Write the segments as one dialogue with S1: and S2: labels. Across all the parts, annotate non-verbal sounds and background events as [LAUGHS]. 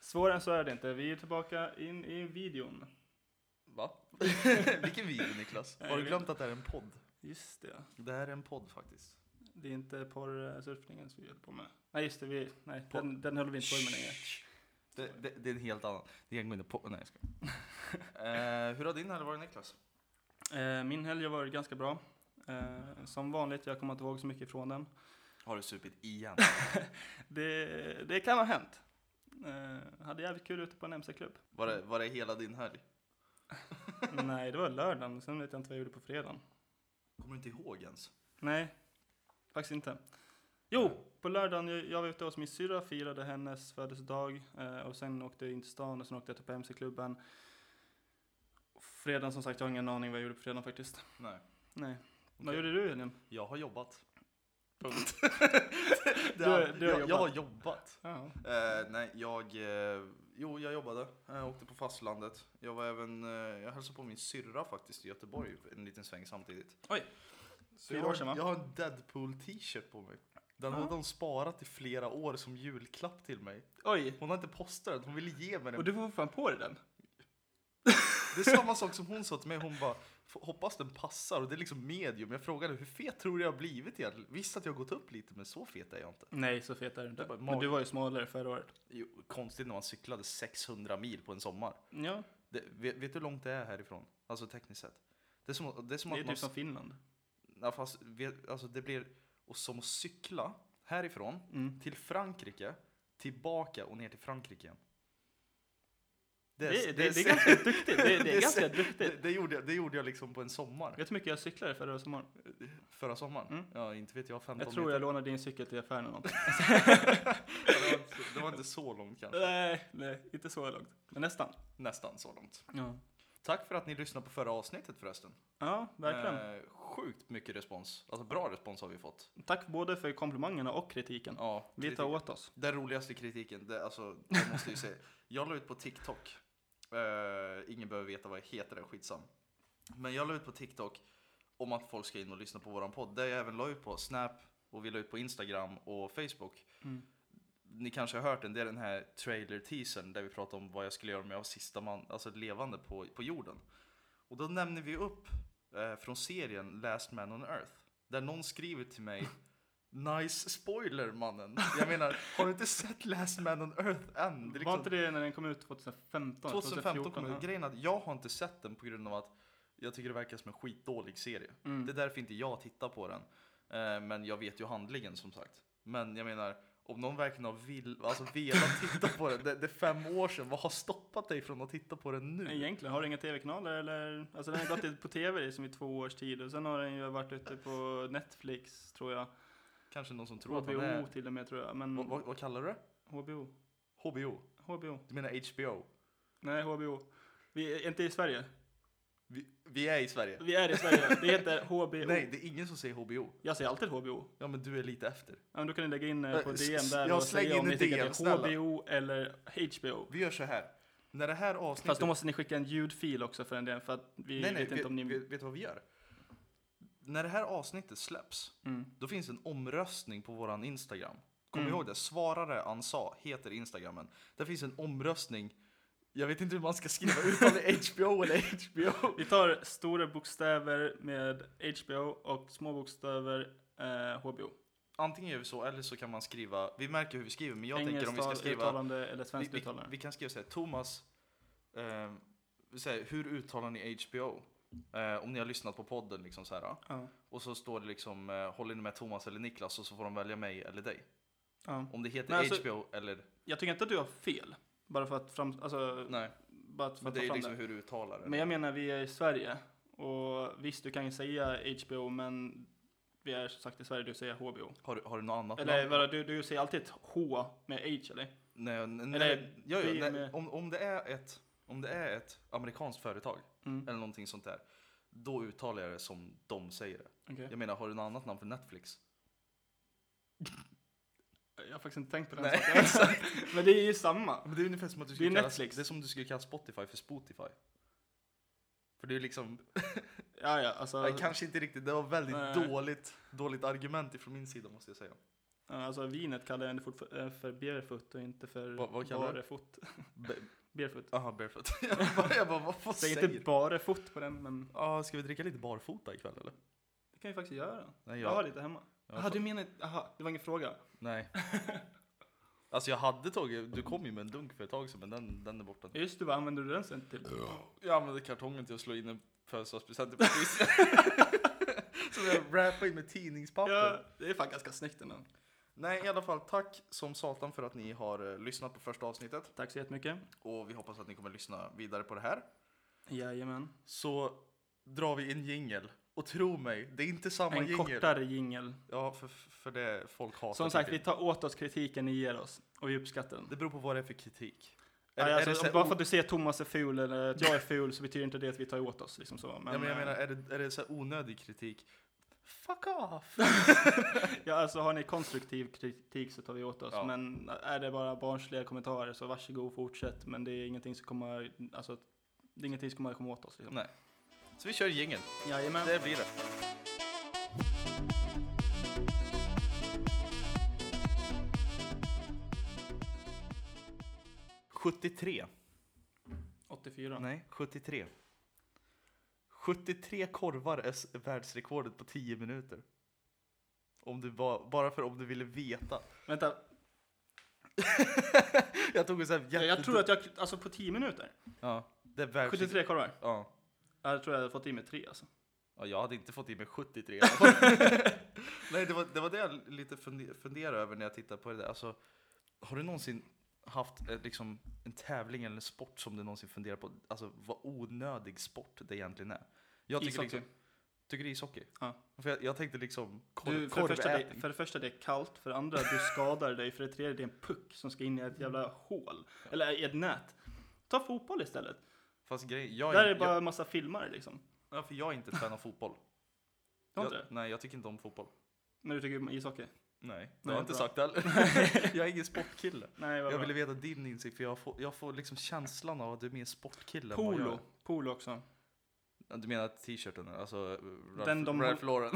S1: Svårare än så är det inte. Vi är tillbaka in i videon.
S2: Va?
S1: [LAUGHS]
S2: Vilken video Niklas?
S1: Nej,
S2: Har
S1: jag
S2: du
S1: vet
S2: glömt
S1: inte.
S2: att det här är en podd?
S1: Just det.
S2: Det här är en podd faktiskt.
S1: Det är inte porrsurfningen som vi höll på med. Nej, just det. Vi, nej,
S2: Porr.
S1: den, den höll vi inte på med längre.
S2: Det, det, det är en helt annan. Det är angående podd. Nej jag
S1: [LAUGHS]
S2: skojar. eh, hur har din helg varit Niklas?
S1: Eh, min helg har varit ganska bra. Eh, som vanligt, jag kommer inte ihåg så mycket från den.
S2: Har du supit igen?
S1: Det, det kan ha hänt. Eh, hade jävligt kul ute på en [LAUGHS] MC-klubb.
S2: Var det, var det hela din helg?
S1: Nej, det var lördagen. Sen vet jag inte vad jag gjorde på fredagen.
S2: Kommer du inte ihåg ens?
S1: Nej, faktiskt inte. Jo, på lördagen, jag, jag var ute hos min syrra, firade hennes födelsedag eh, och sen åkte jag in till stan och sen åkte jag typ till MC-klubben. Fredagen som sagt, jag har ingen aning vad jag gjorde på fredagen faktiskt.
S2: Nej.
S1: Nej. Vad
S2: Okej.
S1: gjorde du Elin?
S2: Jag har jobbat. [LAUGHS] Punkt.
S1: Du har- du har
S2: jag, jag har jobbat.
S1: Ja.
S2: Eh, nej, jag... Eh, jo, jag jobbade. Jag åkte på fastlandet. Jag var även... Eh, jag hälsade på min syrra faktiskt i Göteborg en liten sväng samtidigt.
S1: Oj.
S2: Så
S1: Fyra
S2: jag, har-
S1: år sedan, va?
S2: Jag har en Deadpool t-shirt på mig. Den
S1: Ja.
S2: hade de sparat i flera år som julklapp till mig.
S1: Oj!
S2: Hon har inte postat den, hon ville ge mig den.
S1: Och du får fan på dig den?
S2: Det är samma sak som hon sa till mig, hon bara "F- hoppas den passar och det är liksom medium. Jag frågade hur fet tror du jag har blivit egentligen? Visst att jag har gått upp lite men så fet är jag inte.
S1: Nej, så fet är du inte.
S2: Det är bara
S1: Men du
S2: mag-
S1: var ju smalare förra året.
S2: Jo, konstigt när man cyklade 600 mil på en sommar.
S1: Ja,
S2: Det, vet, vet du hur långt det är härifrån? Alltså tekniskt sett. Det är som, det är som
S1: det är
S2: att man...
S1: typ som Finland.
S2: Ja, fast, vet, alltså det blir och som att cykla härifrån
S1: Mm.
S2: till Frankrike, tillbaka och ner till Frankrike igen.
S1: Det, det, det,
S2: se-
S1: är
S2: [LAUGHS]
S1: ganska duktigt. Det, [LAUGHS] det
S2: det
S1: är
S2: är
S1: ganska
S2: se-
S1: duktigt.
S2: det, det, gjorde jag, det gjorde jag liksom på en sommar.
S1: Vet du hur mycket jag cyklade förra sommaren?
S2: Förra sommaren.
S1: Mm.
S2: Ja, inte vet jag. 15
S1: Jag tror
S2: meter.
S1: jag lånade din cykel till affären eller någonting.
S2: [LAUGHS] Ja, det, var inte, så- det var inte så långt kanske.
S1: Nej, nej, inte så långt. Men nästan.
S2: Nästan så långt.
S1: Ja,
S2: Tack för att ni lyssnade på förra avsnittet förresten.
S1: ja verkligen.
S2: Eh, sjukt mycket respons. Alltså bra respons har vi fått.
S1: Tack både för komplimangerna och kritiken.
S2: Ja,
S1: Vi tar åt oss.
S2: Alltså, Den roligaste kritiken, det, alltså, jag måste ju säga. Jag la ut på TikTok. Eh, ingen behöver veta vad jag heter, det är skitsam. Men jag la ut på TikTok om att folk ska in och lyssna på våran podd. Där jag även la ut på Snap och vi la ut på Instagram och Facebook.
S1: Mm.
S2: Ni kanske har hört den, det är den här trailer-teasern där vi pratar om vad jag skulle göra om jag var sista man, alltså levande på, på jorden. Och då nämner vi upp eh, från serien Last Man on Earth. Där någon skriver till mig Nice spoiler mannen. Jag menar, har du inte sett Last Man on Earth än? Det är
S1: Var
S2: liksom,
S1: inte det när den kom ut 2015?
S2: 2015 kom
S1: ja.
S2: ut. Grejen är att jag har inte sett den på grund av att jag tycker det verkar som en skitdålig serie.
S1: Mm.
S2: Det är därför inte jag tittar på den. Eh, Men jag vet ju handlingen som sagt. Men jag menar, om någon verkligen har vill, alltså
S1: [LAUGHS]
S2: velat titta på den, det, det är fem år sedan, vad har stoppat dig från att titta på den nu?
S1: Egentligen, har du inga tv-kanaler eller? Alltså den har gått ut på tv i som i två års tid och sen har den ju varit ute på Netflix tror jag.
S2: Kanske någon som tror att han
S1: HBO
S2: är...
S1: till och med tror jag. Men
S2: Vad, vad, vad kallar du det?
S1: HBO?
S2: HBO?
S1: HBO?
S2: Du menar HBO?
S1: Nej, HBO. Vi är inte i Sverige.
S2: Vi, vi är i Sverige.
S1: Vi är i Sverige. Det heter HBO.
S2: Nej, det är ingen som säger HBO.
S1: Jag säger alltid HBO.
S2: Ja, men du är lite efter.
S1: Ja, men då kan ni lägga in eh, på
S2: Eh, s-
S1: DM
S2: s-
S1: där
S2: jag
S1: och
S2: slänger
S1: säga om
S2: in
S1: ni
S2: i
S1: tycker
S2: DM,
S1: att det är
S2: snälla.
S1: HBO eller HBO.
S2: Vi gör så här. När det här avsnittet...
S1: Fast då måste ni skicka en ljudfil också för en del för att vi
S2: nej, nej,
S1: vet inte om ni...
S2: Vet, vet du vad vi gör? När det här avsnittet släpps,
S1: Mm.
S2: då finns en omröstning på våran Instagram. Kom
S1: Mm.
S2: ihåg det, svarare Ansa heter Instagrammen. Där finns en omröstning. Jag vet inte hur man ska skriva
S1: [LAUGHS]
S2: ut om det är HBO eller HBO.
S1: Vi tar stora bokstäver med HBO och små bokstäver eh, HBO.
S2: Antingen gör vi så, eller så kan man skriva, vi märker hur vi skriver, men jag tänker om vi ska
S1: Engelskt
S2: skriva,
S1: uttalande eller
S2: vi,
S1: svenskt
S2: vi,
S1: uttalande.
S2: vi kan skriva så här, Thomas, ehm, så här, hur uttalar ni HBO? Eh, om ni har lyssnat på podden liksom så här. ja.
S1: Ja,
S2: Och så står det liksom, eh, håller ni med Thomas eller Niklas? Och så får de välja mig eller dig.
S1: ja.
S2: Om det heter
S1: Men alltså-
S2: HBO eller,
S1: Jag tycker inte att du har fel. Bara för att fram... Alltså,
S2: nej.
S1: bara för att
S2: Men
S1: ta
S2: det är
S1: fram
S2: liksom
S1: det.
S2: hur du uttalar det.
S1: Men jag menar, vi är i Sverige. Och visst, du kan ju säga HBO, men vi är som sagt i Sverige, du säger HBO.
S2: Har, du- har du något annat
S1: Eller
S2: namn?
S1: vadå, du, du säger alltid ett H med H, eller?
S2: Nej, nej,
S1: Eller
S2: nej, ja,
S1: vi
S2: ja, nej,
S1: med-
S2: om, om, det är ett, om det är ett amerikanskt företag
S1: Mm.
S2: eller någonting sånt där, då uttalar jag det som de säger det.
S1: Okej.
S2: Jag menar, har du något annat namn för Netflix?
S1: Jag har faktiskt inte tänkt på den
S2: Nej,
S1: saken. [LAUGHS] Men det är ju samma.
S2: Men det är ungefär som att
S1: Det
S2: du
S1: är
S2: skulle kalla,
S1: Netflix.
S2: det är som du skulle kalla Spotify för Spotify. För det är liksom,
S1: Ja, ja, alltså.
S2: nej, kanske inte riktigt, det var väldigt
S1: Nej.
S2: dåligt, dåligt argument ifrån min sida måste jag säga.
S1: Ja, Alltså vinet kallar jag ändå fort för, eh, för barefoot och inte för
S2: Vad- vad kallar du det?
S1: barefot.
S2: Ba-
S1: barefoot.
S2: Jaha, barefoot. [LAUGHS] jag bara, jag bara vad, vad
S1: Säg
S2: säger
S1: inte
S2: du?
S1: barefot på den, men
S2: Ja, ska vi dricka lite barfota ikväll eller?
S1: det kan jag faktiskt göra.
S2: Nej,
S1: Jag har lite hemma.
S2: jag har
S1: Jaha,
S2: fa-
S1: du menar, aha, det var ingen fråga. [LAUGHS]
S2: Nej. Alltså jag hade tagit, du kom ju med en dunk för ett tag sedan men den, den är borta.
S1: Ja, Just det, vad använder du den sen till?
S2: Jag använde kartongen till att slå in en födelsedagspresent på quiz. [LAUGHS] Så jag rappade in med tidningspapper.
S1: Ja, det är fan ganska snyggt ändå.
S2: Nej i alla fall, tack som satan för att ni har eh, lyssnat på första avsnittet.
S1: Tack så jättemycket.
S2: Och vi hoppas att ni kommer lyssna vidare på det här.
S1: Jajamän.
S2: Så drar vi en jingel. Och tro mig, det är inte samma
S1: En
S2: jingel.
S1: kortare jingel.
S2: Ja, för, för det folk hatar.
S1: Som sagt, vi
S2: jingel.
S1: tar åt oss kritiken ni ger oss och vi uppskattar den.
S2: Det beror på vad det är för kritik. Är,
S1: Nej,
S2: är
S1: alltså,
S2: det så här
S1: bara för att du säger att Thomas är ful eller att jag är ful så betyder inte det att vi tar åt oss. Liksom så. Men,
S2: ja, men jag
S1: eh,
S2: menar, är det, är det så här onödig kritik? Fuck off!
S1: ja, alltså, har ni konstruktiv kritik så tar vi åt oss.
S2: Ja.
S1: Men eh, är det bara barnsliga kommentarer så varsågod fortsätt. Men det är ingenting som kommer, alltså, det är ingenting som kommer komma åt oss. Liksom.
S2: Nej. Så vi kör gängen.
S1: Jajamän.
S2: Det blir det. ”73”
S1: 84.
S2: Nej, 73. 73 korvar är s- världsrekordet på 10 minuter. Om du ba, bara för om du ville veta.
S1: Vänta,
S2: jag tog en sån här
S1: jag,
S2: jätte...
S1: jag tror att jag, alltså på 10 minuter?
S2: Ja, det är världsrekord.
S1: 73 korvar?
S2: Ja.
S1: Ja, Jag tror jag hade fått i mig tre alltså.
S2: ja, jag hade inte fått i mig 73. i
S1: [LAUGHS]
S2: alla fall. Nej, det var, det var det jag lite funde- funderade över när jag tittade på det där. Alltså, har du någonsin haft eh, liksom, en tävling eller en sport som du någonsin funderar på? Alltså vad onödig sport det egentligen är. Jag tycker
S1: Ishockey.
S2: liksom, Tycker du ishockey?
S1: Ja.
S2: För jag, jag tänkte liksom kor-
S1: Du, för, det första, det,
S2: korvätning.
S1: för det första det är kallt, för det andra du skadar dig, för det tredje det är en puck som ska in i ett jävla hål. Eller i ett nät. Ta fotboll istället.
S2: Fast grejen, jag,
S1: Där är
S2: jag,
S1: det bara en massa filmare liksom.
S2: ja, för jag är inte ett fan av fotboll.
S1: Du har
S2: Jag,
S1: inte det?
S2: nej, jag tycker inte om fotboll.
S1: Men du tycker om ishockey?
S2: Nej, det
S1: Nej,
S2: har jag inte
S1: bra.
S2: sagt heller.
S1: [LAUGHS]
S2: jag är ingen sportkille.
S1: Nej, vad
S2: Jag
S1: bra.
S2: ville veta din insikt, för jag får, jag får liksom känslan av att du är mer en sportkille. än vad jag
S1: Polo.
S2: är.
S1: Polo också.
S2: Ja, Du menar t-shirten, alltså eh, Ralph,
S1: Den de
S2: Ralph Lauren?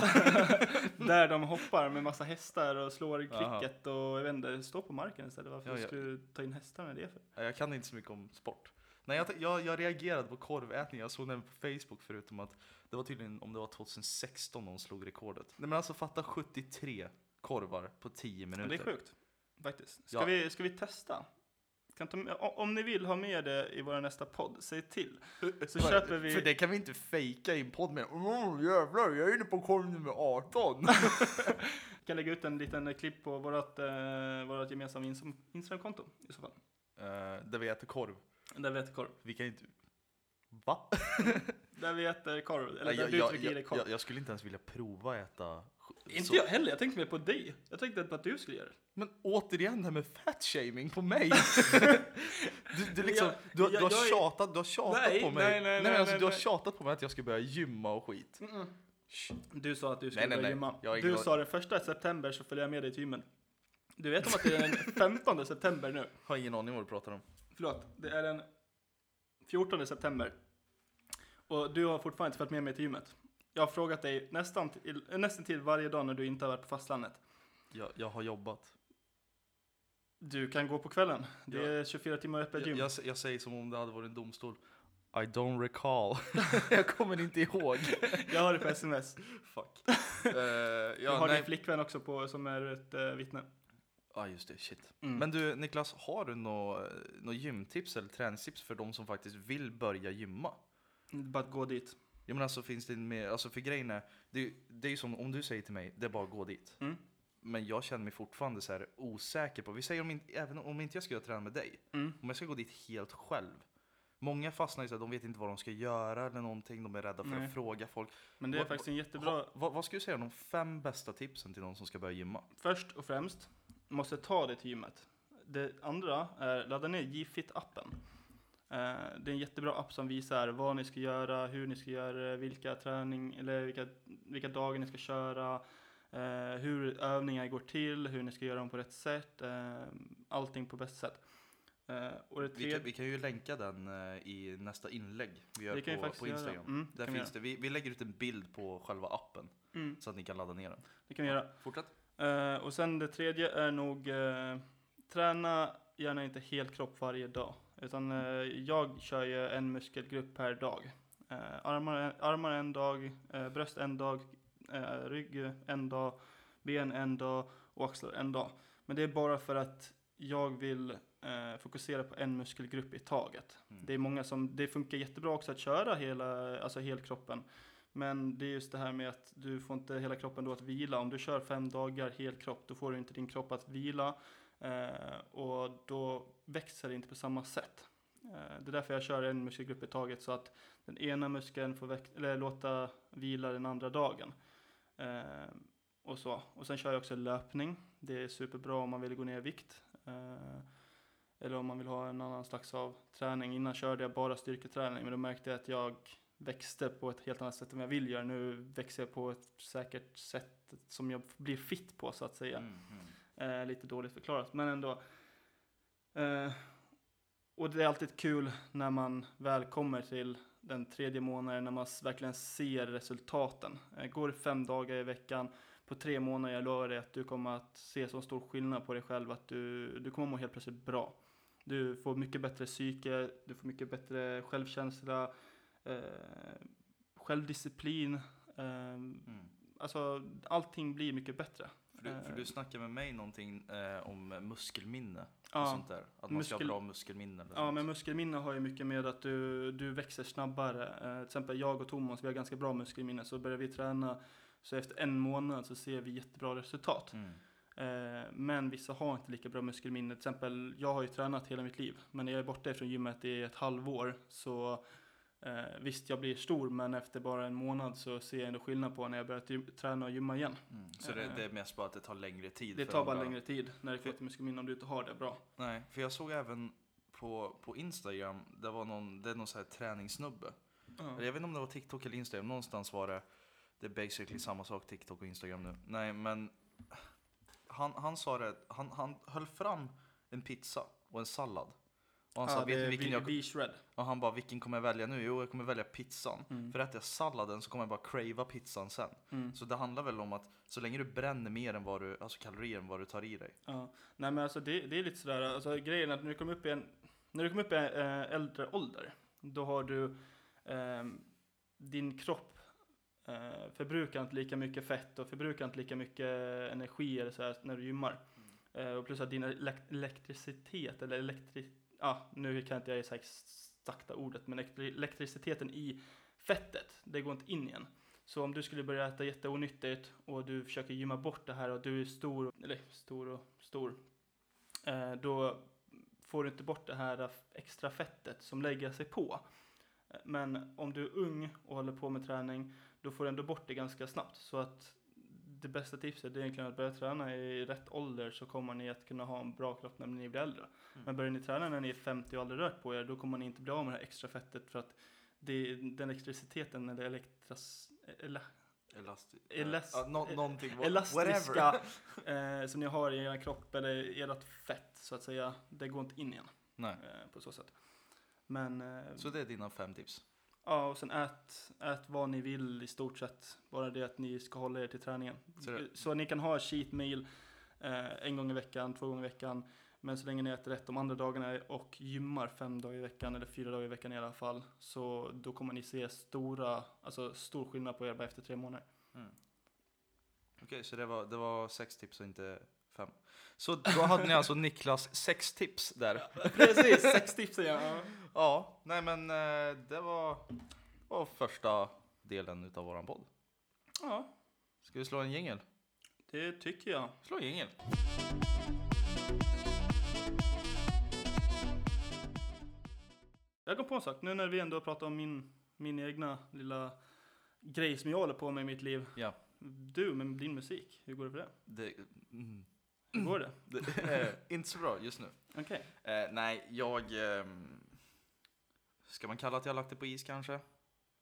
S2: [LAUGHS]
S1: Där de hoppar med massa hästar och slår
S2: Jaha.
S1: cricket och jag vet inte, stå på marken istället. Varför
S2: Ja, ja.
S1: skulle du ta in hästar med det för?
S2: Nej, jag kan inte så mycket om sport. Nej, jag, t- jag, jag reagerade på korvätning, jag såg den på Facebook förutom att det var tydligen om det var 2016 de slog rekordet. Nej men alltså fatta 73 korvar på 10
S1: Men
S2: minuter.
S1: det är sjukt, faktiskt. Ska,
S2: Ja.
S1: vi, ska vi testa? Kan ta med, o- om ni vill ha med det i vår nästa podd, säg till. Så
S2: För-
S1: köper vi...
S2: För det kan vi inte fejka i en podd med. Åh jävlar, jag är inne på korv nummer 18.
S1: kan lägga ut en liten klipp på vårt, eh, vårt gemensamma Insta- Instagramkonto i så fall.
S2: [LAUGHS] Eh, där vi äter korv.
S1: Där vi äter korv.
S2: Vi kan inte... Va?
S1: Där vi äter korv. Eller där
S2: jag,
S1: du
S2: jag,
S1: trycker i dig
S2: jag,
S1: korv.
S2: jag, jag skulle inte ens vilja prova att äta...
S1: Inte jag heller, jag tänkte mer på dig. Jag tänkte på att du skulle göra det.
S2: Men återigen det här med fatshaming på [LAUGHS] mig. du, du, liksom,
S1: Jag-
S2: du, har-
S1: jag-
S2: du har
S1: jag är-
S2: tjatat, du har tjatat
S1: Nej,
S2: på mig.
S1: nej, nej,
S2: men
S1: nej,
S2: alltså,
S1: nej,
S2: du har
S1: nej.
S2: tjatat på mig att jag ska börja gymma och skit.
S1: Du sa att du skulle
S2: nej,
S1: börja
S2: nej.
S1: gymma.
S2: Jag är
S1: Du
S2: glad.
S1: sa den första september så följer jag med dig till gymmen. Du vet om att det är den
S2: [LAUGHS]
S1: 15 september nu?
S2: Har ingen aning vad du pratar om.
S1: Förlåt, det är den 14 september. Och du har fortfarande inte följt med mig till gymmet. Jag har frågat dig nästan till, eh, nästan till varje dag när du inte har varit på fastlandet.
S2: Jag, jag har jobbat.
S1: Du kan gå på kvällen. Det
S2: Ja.
S1: är 24 timmar öppet
S2: Jag,
S1: gym.
S2: jag, s- jag säger som om det hade varit en domstol. I don't recall. [LAUGHS] jag kommer inte ihåg.
S1: Jag har det på sms.
S2: Fuck. Eh,
S1: Jag
S2: ja,
S1: har
S2: nej.
S1: din flickvän också på, som är ett eh, vittne.
S2: Ja, just det. Shit.
S1: Mm.
S2: Men du, Niklas, har du något nå gymtips eller träningstips för de som faktiskt vill börja gymma?
S1: Bara att gå dit.
S2: Jag menar, alltså finns det mer, alltså för grejen är, det, är ju- det är ju som om du säger till mig, det är bara att gå dit.
S1: Mm.
S2: Men jag känner mig fortfarande så här osäker på, vi säger om inte, även om inte jag ska göra träna med dig,
S1: Mm.
S2: om jag ska gå dit helt själv. Många fastnar ju så här, de vet inte vad de ska göra eller någonting, de är rädda för
S1: Nej.
S2: att fråga folk.
S1: Men det är
S2: Vad-
S1: faktiskt en jättebra...
S2: Ha, vad, vad skulle du säga om de fem bästa tipsen till någon som ska börja gymma?
S1: Först och främst, måste ta dig till gymmet. Det andra är, ladda ner Gfit-appen. Eh, Det är en jättebra app som visar vad ni ska göra, hur ni ska göra det, vilka träning eller vilka, vilka dagar ni ska köra, eh, hur övningar går till, hur ni ska göra dem på rätt sätt, eh, allting på bäst sätt. Eh, Och det
S2: Vi
S1: tredje,
S2: kan, vi kan ju länka den eh, i nästa inlägg vi gör
S1: det kan vi
S2: på,
S1: faktiskt
S2: på Instagram.
S1: göra. Mm, det
S2: Där
S1: kan vi
S2: finns det, vi, vi lägger ut en bild på själva appen
S1: göra. Mm,
S2: så att ni kan ladda ner den.
S1: det kan vi göra.
S2: Fortsätt.
S1: Eh, och sen det tredje är nog eh, träna gärna inte helkropp varje dag. Utan eh, jag kör ju en muskelgrupp per dag. Eh, armar, armar en dag, eh, bröst en dag, eh, rygg en dag, ben en dag och axlar en dag. Men det är bara för att jag vill eh, fokusera på en muskelgrupp i taget.
S2: Mm.
S1: Det är många som, det funkar jättebra också att köra hela, alltså helkroppen. Men det är just det här med att du får inte hela kroppen då att vila. Om du kör fem dagar helkropp, då får du inte din kropp att vila. Eh, och då växer det inte på samma sätt. Eh, det är därför jag kör en muskelgrupp i taget så att den ena muskeln får väx- eller låta vila den andra dagen. Eh, och så. Och sen kör jag också löpning. Det är superbra om man vill gå ner i vikt. Eh, eller om man vill ha en annan slags av träning. Innan körde jag bara styrketräning, men då märkte jag att jag växte på ett helt annat sätt än jag vill göra. Nu växer jag på ett säkert sätt som jag blir fit på så att säga.
S2: Mm, mm.
S1: Eh, lite dåligt förklarat, men ändå. Eh, och det är alltid kul när man väl kommer till den tredje månaden när man s- verkligen ser resultaten. Eh, går det fem dagar i veckan på tre månader, jag lovar dig att du kommer att se så stor skillnad på dig själv att du, du kommer må helt plötsligt bra. Du får mycket bättre psyke, du får mycket bättre självkänsla, eh, självdisciplin. Eh,
S2: Mm.
S1: alltså allting blir mycket bättre.
S2: För, du, för
S1: Eh.
S2: du snackade med mig någonting eh, om muskelminne och
S1: Ja.
S2: sånt där. Att man ska ha
S1: Muskel-
S2: bra muskelminne. eller
S1: Ja,
S2: sånt.
S1: men muskelminne har ju mycket med att du, du växer snabbare. Eh, till exempel jag och Thomas, vi har ganska bra muskelminne, så börjar vi träna så efter en månad så ser vi jättebra resultat.
S2: Mm.
S1: Eh, men vissa har inte lika bra muskelminne. Till exempel, jag har ju tränat hela mitt liv, men när jag är borta från gymmet i ett halvår så eh, visst, jag blir stor, men efter bara en månad så ser jag ändå skillnad på när jag börjar ty- träna och gymma igen.
S2: Mm. Så det,
S1: Eh.
S2: det är mest bara att det tar längre tid.
S1: Det
S2: för
S1: tar
S2: dem
S1: bara längre tid när det
S2: För-
S1: kommer till muskelminne om du inte har det bra.
S2: Nej, för jag såg även på, på Instagram, det var någon, det är någon så här träningssnubbe. Eller Jag vet inte om det var TikTok eller Instagram, någonstans var det. Det är basically samma sak TikTok och Instagram nu. Nej men. Han, han sa det, han, han höll fram en pizza och en sallad. Och han sa,
S1: Ja,
S2: vet
S1: det
S2: ni
S1: är
S2: vilken
S1: vi-
S2: jag...
S1: V-shred.
S2: Och han bara, vilken kommer jag välja nu? Jo, jag kommer välja pizzan.
S1: Mm.
S2: För äter jag salladen så kommer jag bara crava pizzan sen.
S1: Mm.
S2: Så det handlar väl om att så länge du bränner mer än vad du, alltså kalorier än vad du tar i dig.
S1: Ja. Nej men alltså det, det är lite sådär, alltså grejen är att när du kommer upp i en, när du kommer upp i en eh, äldre ålder, då har du, ehm, din kropp eh, förbrukar inte lika mycket fett och förbrukar inte lika mycket energi eller så här när du gymmar. Eh, och plus att din elek- elektricitet, eller elektri, ja nu kan inte jag säga exakta ordet, men elektri- elektriciteten i fettet, det går inte in igen. Så om du skulle börja äta jätteonyttigt och du försöker gymma bort det här och du är stor, eller stor och stor, eh, då får du inte bort det här extra fettet som lägger sig på. Eh, Men om du är ung och håller på med träning, då får du ändå bort det ganska snabbt. Så att det bästa tipset är egentligen att börja träna i rätt ålder så kommer ni att kunna ha en bra kropp när ni blir äldre.
S2: Mm.
S1: Men börjar ni träna när ni är 50 och aldrig rört på er, då kommer ni inte bli av med det här extra fettet för att det, den elektriciteten eller elektras, ele,
S2: Elastisk.
S1: Elas-
S2: ja, nå- någonting. wha-
S1: [LAUGHS]
S2: whatever.
S1: elastiska eh, som ni har i er kropp eller ert fett så att säga, det går inte in igen
S2: Nej.
S1: eh, på så sätt. Men eh,
S2: Så det är dina fem tips.
S1: ja, och sen ät, ät vad ni vill i stort sett. Bara det att ni ska hålla er till träningen.
S2: Så
S1: Så,
S2: det-
S1: ni kan ha cheat meal eh, en gång i veckan, två gånger i veckan. Men så länge ni äter rätt de andra dagarna och gymmar fem dagar i veckan eller fyra dagar i veckan i alla fall. Så då kommer ni se stora, alltså stor skillnad på er bara efter tre månader.
S2: Okej, så det var, det var sex tips och inte fem. Så då hade ni alltså Niklas sex tips där.
S1: [LAUGHS] Precis, sex tips säger jag. Ja.
S2: [LAUGHS] Ja, nej men eh, det var, var första delen utav våran podd.
S1: Ja,
S2: Ska vi slå en jingel?
S1: det tycker jag.
S2: Slå en jingel.
S1: Jag kom på en sak, nu när vi ändå pratar om min, min egna lilla grej som jag håller på med i mitt liv.
S2: Ja.
S1: Du med din musik, hur går det för det?
S2: Det, mm,
S1: Hur går det?
S2: det är inte så bra just nu.
S1: Okej.
S2: Eh, nej, jag... ehm, ska man kalla att jag har lagt det på is kanske?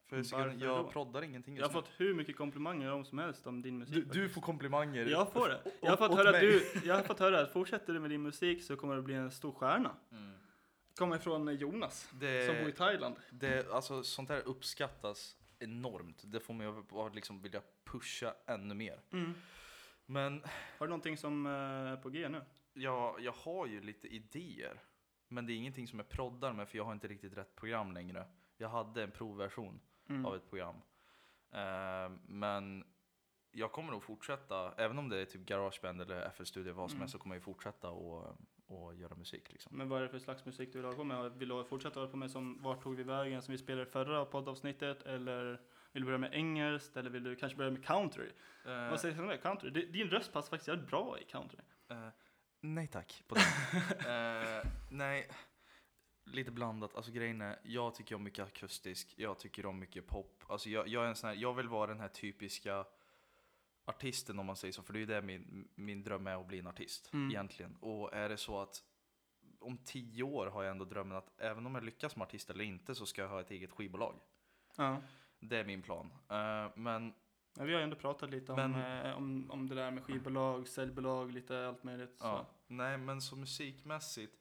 S2: För
S1: Varför
S2: jag, jag
S1: då?
S2: proddar ingenting
S1: Jag har
S2: just nu.
S1: fått hur mycket komplimanger om som helst om din musik.
S2: Du, du får komplimanger.
S1: jag får det. Jag har
S2: Åt-
S1: fått
S2: åt
S1: höra att
S2: mig.
S1: du, jag har fått höra att fortsätter du med din musik så kommer du bli en stor stjärna.
S2: Mm.
S1: Kommer från Jonas,
S2: Det,
S1: som bor i Thailand.
S2: Det, alltså, sånt här uppskattas enormt. Det får mig att bara liksom vilja pusha ännu mer.
S1: Mm.
S2: Men
S1: Har du någonting som eh, är på G nu?
S2: jag, jag har ju lite idéer. Men det är ingenting som jag proddar med för jag har inte riktigt rätt program längre. Jag hade en provversion
S1: Mm.
S2: av ett program. Eh, men jag kommer nog fortsätta, även om det är typ garageband eller FL Studio vad som
S1: Mm.
S2: helst så kommer jag ju fortsätta och, och göra musik liksom.
S1: Men vad är det för slags musik du vill hålla på med? Vill du fortsätta hålla på med som Vart tog vi vägen som vi spelade i förra poddavsnittet? Eller vill du börja med engelskt? Eller vill du kanske börja med country?
S2: Eh,
S1: Vad sägs om det? Country? Di- Din röst passar faktiskt jävligt bra i country.
S2: eh, nej tack på den. Eh, nej, lite blandat. Alltså grejen är, jag tycker om mycket akustisk, jag tycker om mycket pop. Alltså jag, jag är en sån här, jag vill vara den här typiska artisten om man säger så, för det är ju det min, min dröm är att bli en artist
S1: Mm.
S2: egentligen. Och är det så att om tio år har jag ändå drömmen att även om jag lyckas som artist eller inte så ska jag ha ett eget skivbolag.
S1: Ja.
S2: Det är min plan. Eh, men
S1: Ja, vi har ju ändå pratat lite om,
S2: Men-
S1: eh, om, om det där med skivbolag, säljbolag, lite allt möjligt. Så.
S2: Ja. Nej, men så musikmässigt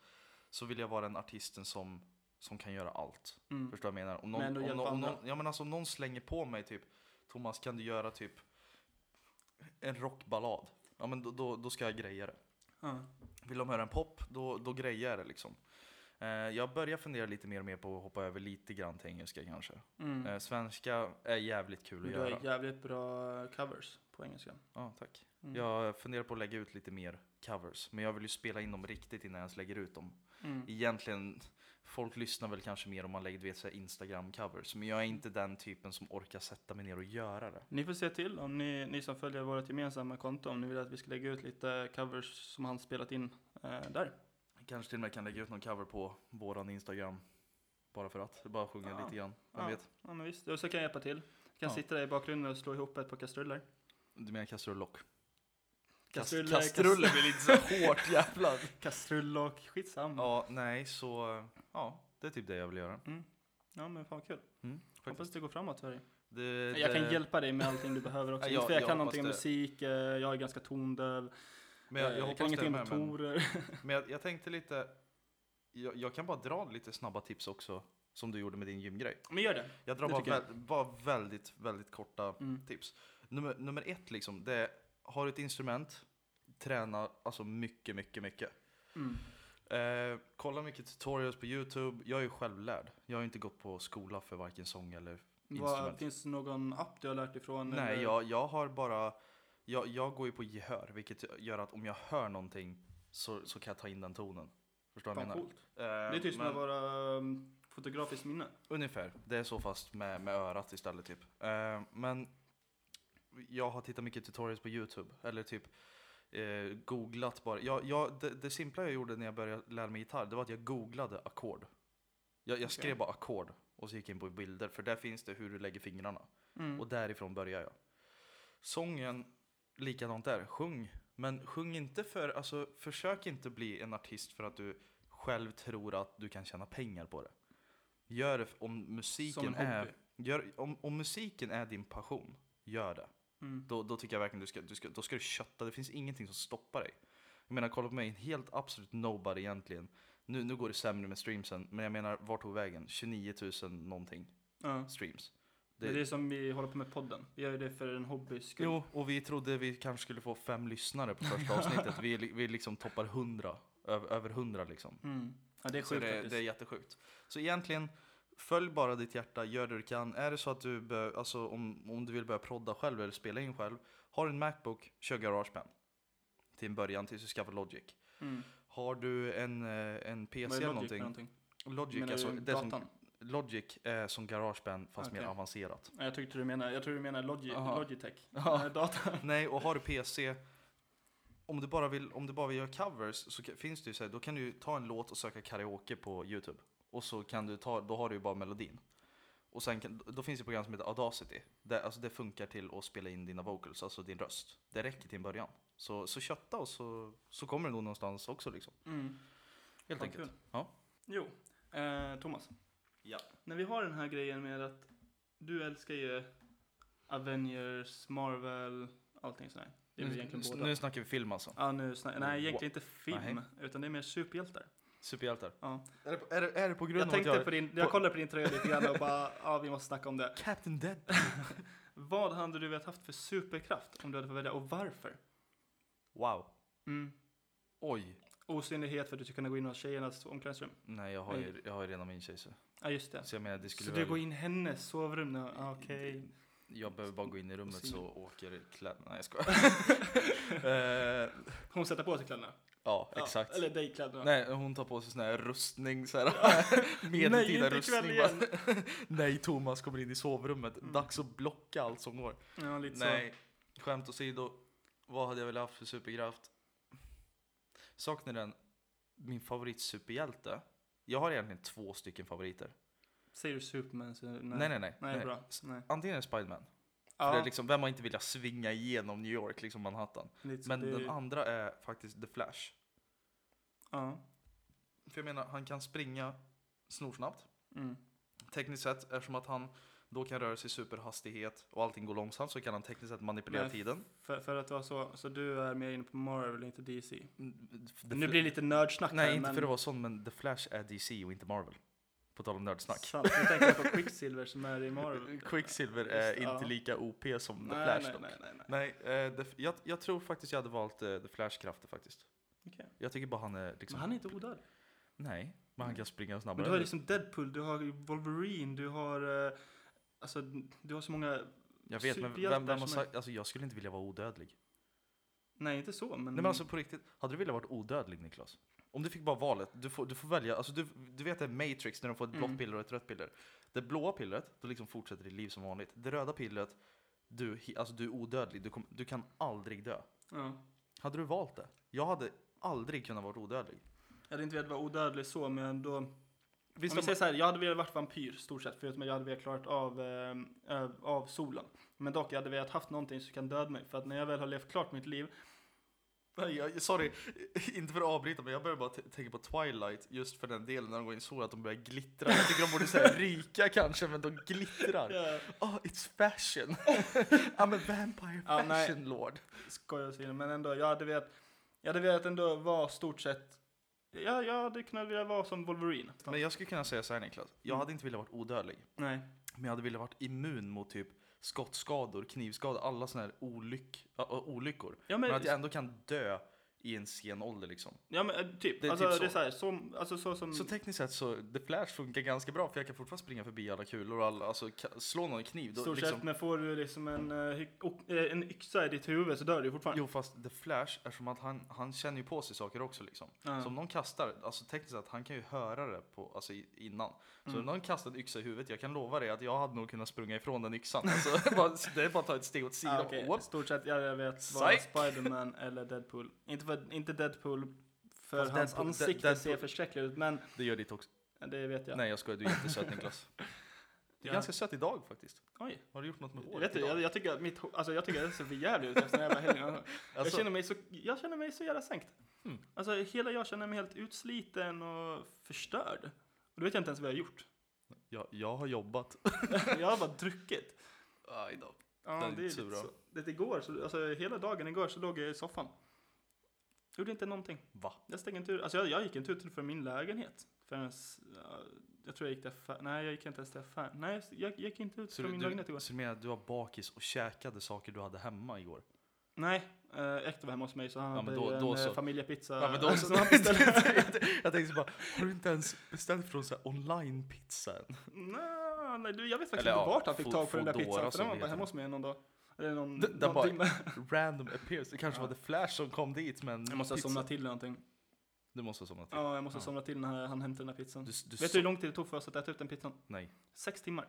S2: så vill jag vara den artisten som, som kan göra allt.
S1: Mm.
S2: Förstår du vad jag menar? Om
S1: Men ändå
S2: någon, om,
S1: hjälpa
S2: någon, om,
S1: andra.
S2: någon, ja, men alltså, om någon slänger på mig typ Thomas kan du göra typ en rockballad? Ja men då, då, då ska jag greja det.
S1: Ja.
S2: Vill de höra en pop, då, då grejar jag det liksom. Eh, jag börjar fundera lite mer och mer på att hoppa över lite grann till engelska kanske.
S1: Mm.
S2: Eh, svenska är jävligt kul
S1: Men
S2: att
S1: du har
S2: göra.
S1: jävligt bra covers på engelska.
S2: Ja, tack.
S1: Mm.
S2: Jag funderar på att lägga ut lite mer covers, men jag vill ju spela in dem riktigt innan jag ens lägger ut dem.
S1: Mm.
S2: egentligen, folk lyssnar väl kanske mer om man lägger du vet, så här Instagram-covers. Men jag är inte den typen som orkar sätta mig ner och göra det.
S1: Ni får se till om ni, ni som följer vårt gemensamma konto om ni vill att vi ska lägga ut lite covers som han spelat in eh, där.
S2: Kanske till och med kan lägga ut någon cover på våran Instagram. Bara för att, bara sjunga
S1: Ja.
S2: lite grann. Vem
S1: Ja.
S2: vet?
S1: Ja men visst, och så kan jag hjälpa till. Jag kan
S2: Ja.
S1: sitta där i bakgrunden och slå ihop ett par kastruller.
S2: Du menar kastrullock?
S1: Kastruller,
S2: kastruller blir
S1: [LAUGHS]
S2: lite så hårt jävlar.
S1: Kastrull och skitsamma. Ja.
S2: Ja, nej så, ja, det är typ det jag vill göra.
S1: Mm. men fan vad kul.
S2: Mm, faktiskt.
S1: Hoppas det går framåt för dig.
S2: Det,
S1: Jag kan
S2: det-
S1: hjälpa dig med allting du behöver också.
S2: [LAUGHS] Ja,
S1: Inte för
S2: jag
S1: jag kan
S2: hoppas
S1: någonting om
S2: det.
S1: musik, eh, jag är ganska tondöv.
S2: Men jag,
S1: eh,
S2: jag
S1: kan
S2: hoppas det
S1: ingenting om
S2: med, men-
S1: datorer. [LAUGHS]
S2: Men jag, jag tänkte lite, jag, jag kan bara dra lite snabba tips också. Som du gjorde med din gymgrej.
S1: Men gör det.
S2: Jag drar
S1: Det
S2: bara,
S1: tycker jag.
S2: vä- bara väldigt, väldigt korta
S1: Mm.
S2: tips. Nummer, nummer ett, liksom, det är, har du ett instrument, träna alltså mycket, mycket, mycket.
S1: Mm.
S2: Eh, kolla mycket tutorials på YouTube. Jag är ju självlärd. Jag har ju inte gått på skola för varken sång eller...
S1: Vad,
S2: Instrument.
S1: finns det någon app du har lärt dig från?
S2: Nej,
S1: eller?
S2: jag, jag har bara... Jag, jag går ju på gehör, vilket gör att om jag hör någonting så, så kan jag ta in den tonen. Förstår du vad
S1: Fan,
S2: jag menar?
S1: coolt.
S2: Eh,
S1: Det är typ som
S2: men-
S1: att vara um, fotografiskt minne.
S2: Ungefär. Det är så fast med, med örat istället typ. Eh, men jag har tittat mycket tutorials på YouTube. Eller typ eh, googlat bara. Jag, jag, det, det simpla jag gjorde när jag började lära mig gitarr, det var att jag googlade ackord. Jag, jag skrev
S1: Okej.
S2: bara ackord och så gick jag in på bilder. För där finns det hur du lägger fingrarna.
S1: Mm.
S2: Och därifrån börjar jag. Sången, likadant där. Sjung. Men sjung inte för, alltså försök inte bli en artist för att du själv tror att du kan tjäna pengar på det. Gör det f- om
S1: som en
S2: musiken
S1: hobby.
S2: är, gör, om, om musiken är din passion, gör det.
S1: Mm.
S2: Då, då tycker jag verkligen du ska, du ska, då ska du kötta, det finns ingenting som stoppar dig. Jag menar kolla på mig, en helt absolut nobody egentligen. Nu, nu går det sämre med streamsen, men jag menar vart tog vägen? 29 000 någonting
S1: Ja.
S2: streams.
S1: Det... det är som vi håller på med podden. Vi gör ju det för en hobbys skull.
S2: Jo, och vi trodde vi kanske skulle få fem lyssnare
S1: [LAUGHS]
S2: på första avsnittet. Vi, vi liksom toppar hundra, över, över hundra liksom.
S1: Mm. Ja, det är
S2: Så
S1: sjukt
S2: det,
S1: faktiskt.
S2: det är jättesjukt. Så egentligen, följ bara ditt hjärta, gör det du kan. Är det så att du, bör, alltså, om, om du vill börja prodda själv eller spela in själv, har du en Macbook, kör GarageBand. Till en början, tills du skaffar Logic.
S1: Mm.
S2: Har du en, eh, en PC
S1: Vad är
S2: eller
S1: Logic för
S2: någonting,
S1: någonting?
S2: Logic,
S1: Menar
S2: alltså,
S1: du
S2: det som,
S1: datan?
S2: Logic är som GarageBand fast mer
S1: Okej.
S2: avancerat.
S1: Ja, Jag tyckte du menade, jag tror du menar Logi,
S2: Aha.
S1: Logitech.
S2: Ja.
S1: Nej,
S2: [LAUGHS]
S1: Data.
S2: Nej, och har du PC, om du bara vill, om du bara vill göra covers så ka- finns det ju så här, då kan du ju ta en låt och söka karaoke på YouTube. Och så kan du ta, då har du ju bara melodin. Och sen kan, då finns det program som heter Audacity. Det, alltså det funkar till att spela in dina vocals, alltså din röst. Det räcker till en början. Så, så kötta och så, så kommer du nog någonstans också liksom.
S1: Mm.
S2: Helt
S1: Fan,
S2: enkelt.
S1: kul.
S2: Ja.
S1: Jo, eh, Thomas.
S2: Ja.
S1: När vi har den här grejen med att du älskar ju Avengers, Marvel, allting sånt där. Det är väl
S2: Nu,
S1: egentligen båda.
S2: Mm. nu snackar vi film alltså.
S1: Ja, nu snar- Nej,
S2: Wow.
S1: egentligen inte film, utan det är mer superhjältar.
S2: Superhjältar.
S1: Ja.
S2: Är det, på- är, det, är det på grund
S1: Jag
S2: av att
S1: tänkte
S2: jag...
S1: på din, jag
S2: på-
S1: kollade på din tröja lite grann och bara, [LAUGHS] ja vi måste snacka om det.
S2: Captain Dead.
S1: [LAUGHS] Vad hade du velat haft för superkraft om du hade fått välja och varför?
S2: Wow.
S1: Mm.
S2: Oj.
S1: Osynlighet för att du ska kunna gå in hos tjejernas omklädningsrum.
S2: Nej, jag har ju, jag har ju redan min tjej så.
S1: Ja, just det.
S2: Så jag menar, det skulle
S1: Så du
S2: väl-
S1: går in i hennes sovrum nu? Ah, Okej.
S2: [LAUGHS] Jag behöver bara gå in i rummet
S1: Syn.
S2: så åker kläderna. Nej, jag skojar. eh,
S1: Hon sätter på sig kläderna?
S2: ja,
S1: Ja,
S2: exakt.
S1: Eller dig kläderna?
S2: Nej, hon tar på sig sån här rustning, så här,
S1: Nej,
S2: [LAUGHS] medeltida
S1: inte ikväll
S2: rustning.
S1: igen.
S2: Bara, [LAUGHS] Nej, Thomas kommer in i sovrummet.
S1: Mm.
S2: Dags att blocka allt som går.
S1: Ja, lite
S2: Nej, skämt åsido. Vad hade jag velat haft för superkraft? Saknar den min favoritsuperhjälte. Jag har egentligen två stycken favoriter.
S1: så. Säger du Superman så
S2: Nej, nej, nej.
S1: Nej, bra. Nej.
S2: Antingen är det Spiderman.
S1: Ja,
S2: För det är liksom, vem har inte velat svinga igenom New York, liksom Manhattan?
S1: lite så.
S2: Men
S1: Det är-
S2: den andra är faktiskt The Flash.
S1: Ja.
S2: För jag menar, han kan springa snorsnabbt.
S1: Mm.
S2: Tekniskt sett, eftersom att han då kan röra sig i superhastighet och allting går långsamt så kan han tekniskt sett manipulera
S1: Men-
S2: tiden.
S1: För, för att vara så, så du är mer inne på Marvel, inte DC?
S2: Mm, The
S1: nu
S2: Fl-
S1: blir det lite nördsnack här,
S2: Nej, inte
S1: men...
S2: för att vara sån, men The Flash är DC och inte Marvel. På tal om nördsnack.
S1: Sant, nu tänker jag på Quicksilver som är i Marvel.
S2: [LAUGHS] Quicksilver är
S1: Just det,
S2: inte
S1: ja.
S2: lika OP som The
S1: nej,
S2: Flash
S1: nej,
S2: dock.
S1: nej, nej, nej.
S2: Nej, eh, The- jag, jag tror faktiskt jag hade valt eh, The Flash krafter faktiskt.
S1: Okej.
S2: Jag tycker bara han är liksom...
S1: Men han är inte odöd.
S2: Nej, men han kan springa
S1: Men
S2: snabbare.
S1: du har liksom Deadpool, du har Wolverine, du har... eh, Alltså, du har så många...
S2: jag vet, men
S1: superhjältar
S2: vem, vem har
S1: som är- Mm.
S2: sagt... Alltså jag skulle inte vilja vara odödlig.
S1: Nej, inte så, men...
S2: Nej men alltså på riktigt, hade du velat vara odödlig Niklas? Om du fick bara valet, du får, du får välja, alltså du, du vet det är Matrix när de får ett blått
S1: Mm.
S2: piller och ett rött piller. Det blåa pillret, då liksom fortsätter ditt liv som vanligt. Det röda pillret, du, hi- alltså, du är odödlig, du, kom, du kan aldrig dö.
S1: Ja.
S2: Hade du valt det? Jag hade aldrig kunnat vara odödlig.
S1: Jag hade inte velat vara odödlig så, men då...
S2: Visst
S1: Om vi
S2: om-
S1: säger så här, jag hade velat varit vampyr stort sett, förutom att jag hade velat klarat av, eh, eh, av solen. Men dock, jag hade velat haft någonting som kan döda mig, för att när jag väl har levt klart mitt liv...
S2: Nej, jag, sorry, [LAUGHS] inte för att avbryta men jag börjar bara t- tänka på Twilight just för den delen när de går in så att de börjar glittra. Jag tycker de borde säga [LAUGHS] ryka kanske men de glittrar.
S1: Jag
S2: Oh, it's [LAUGHS] fashion! I'm a vampire
S1: Ja, nej.
S2: fashion lord.
S1: skojar och så vidare, men ändå, jag hade velat... Jag hade velat ändå vara stort sett... Ja, jag hade kunnat vilja vara som Wolverine.
S2: Men jag skulle kunna säga så här Niklas, jag
S1: Mm.
S2: hade inte velat varit odödlig.
S1: Nej.
S2: Men jag hade velat varit immun mot typ skottskador, knivskador, alla såna här olyck, ö- ö- olyckor.
S1: Ja,
S2: Men
S1: men,
S2: att jag ändå kan dö i en sen ålder liksom.
S1: ja, men eh, typ.
S2: Det är
S1: alltså,
S2: typ så.
S1: det är så här, som, alltså så som...
S2: Så tekniskt sett så, The Flash funkar ganska bra för jag kan fortfarande springa förbi alla kulor och alla, alltså ka- slå någon i kniv. Då,
S1: Stort
S2: liksom,
S1: sett, men får du liksom en, eh, hy- och- eh, en yxa i ditt huvud så dör du ju fortfarande.
S2: Jo fast The Flash, eftersom att han, han känner ju på sig saker också liksom.
S1: Ja.
S2: Så om någon kastar, alltså tekniskt sett, han kan ju höra det på, alltså, i- innan. Så
S1: Mm.
S2: om någon kastar en yxa i huvudet, jag kan lova dig att jag hade nog kunnat springa ifrån den yxan. [LAUGHS] Alltså, bara, det är bara att ta ett steg åt sidan.
S1: Ah, okej.
S2: Whoop.
S1: Stort sett, ja, jag vet vara
S2: Psych!
S1: Spiderman eller Deadpool. Inte, för, inte Deadpool, för
S2: Fast
S1: hans
S2: Deadpool-
S1: ansikte
S2: Deadpool-
S1: ser förskräckligt ut, men
S2: Det gör ditt också.
S1: det vet jag.
S2: Nej jag skojar, du är
S1: [LAUGHS]
S2: jättesöt Niklas. Du är
S1: Ja.
S2: ganska söt idag faktiskt.
S1: Oj,
S2: Har du gjort något med håret
S1: vet du,
S2: idag?
S1: jag, jag tycker att mitt hår- alltså jag tycker att det ser för jävligt ut efter den här jävla helgen.
S2: [LAUGHS]
S1: Alltså, jag,
S2: Alltså,
S1: känner mig så, jag känner mig så jävla sänkt.
S2: Hmm.
S1: Alltså hela jag känner mig helt utsliten och förstörd. Och då vet jag inte ens vad jag har gjort. [LAUGHS]
S2: jag, jag har jobbat.
S1: jag har bara druckit.
S2: Aj då.
S1: Ja,
S2: Det
S1: det
S2: är
S1: är
S2: inte
S1: lite
S2: så bra.
S1: så. Det igår, så, alltså hela dagen igår så låg jag i soffan. Gjorde inte någonting.
S2: Va?
S1: Jag steg en tur, alltså jag, jag gick en tur till för min lägenhet. Förrän, ja, jag tror jag gick till affären, nej jag gick inte ens till affären. Nej, jag, jag gick inte ut
S2: Så
S1: från
S2: du,
S1: min lägenhet
S2: du,
S1: igår.
S2: så du menar att du var bakis och käkade saker du hade hemma igår?
S1: Nej, eh, Ektor var hemma hos mig så han
S2: Ja, men
S1: hade
S2: då-
S1: ju
S2: då
S1: en
S2: så.
S1: eh, familjepizza.
S2: Ja,
S1: [LAUGHS]
S2: men då,
S1: som han beställde.
S2: [LAUGHS] jag tänkte bara, har du inte ens beställt från så här online-pizza än?
S1: nej, nej, du, jag vet faktiskt inte
S2: Eller ja,
S1: vart han fick
S2: Fo-
S1: tag på den där
S2: Foodora
S1: pizzan. För
S2: som
S1: den var
S2: det
S1: bara
S2: heter.
S1: hemma hos mig någon dag. Eller någon,
S2: Den- den
S1: någon
S2: bara-
S1: timme.
S2: Random appearance. Det kanske
S1: Ja.
S2: var The Flash som kom dit men
S1: Jag måste ha somnat till eller någonting.
S2: Du måste ha somnat till.
S1: Ja, jag måste ha
S2: Ja.
S1: somnat till när han hämtade den här pizzan.
S2: Du, s- du
S1: vet du hur lång tid det tog för oss att äta upp den pizzan?
S2: Nej,
S1: Sex timmar.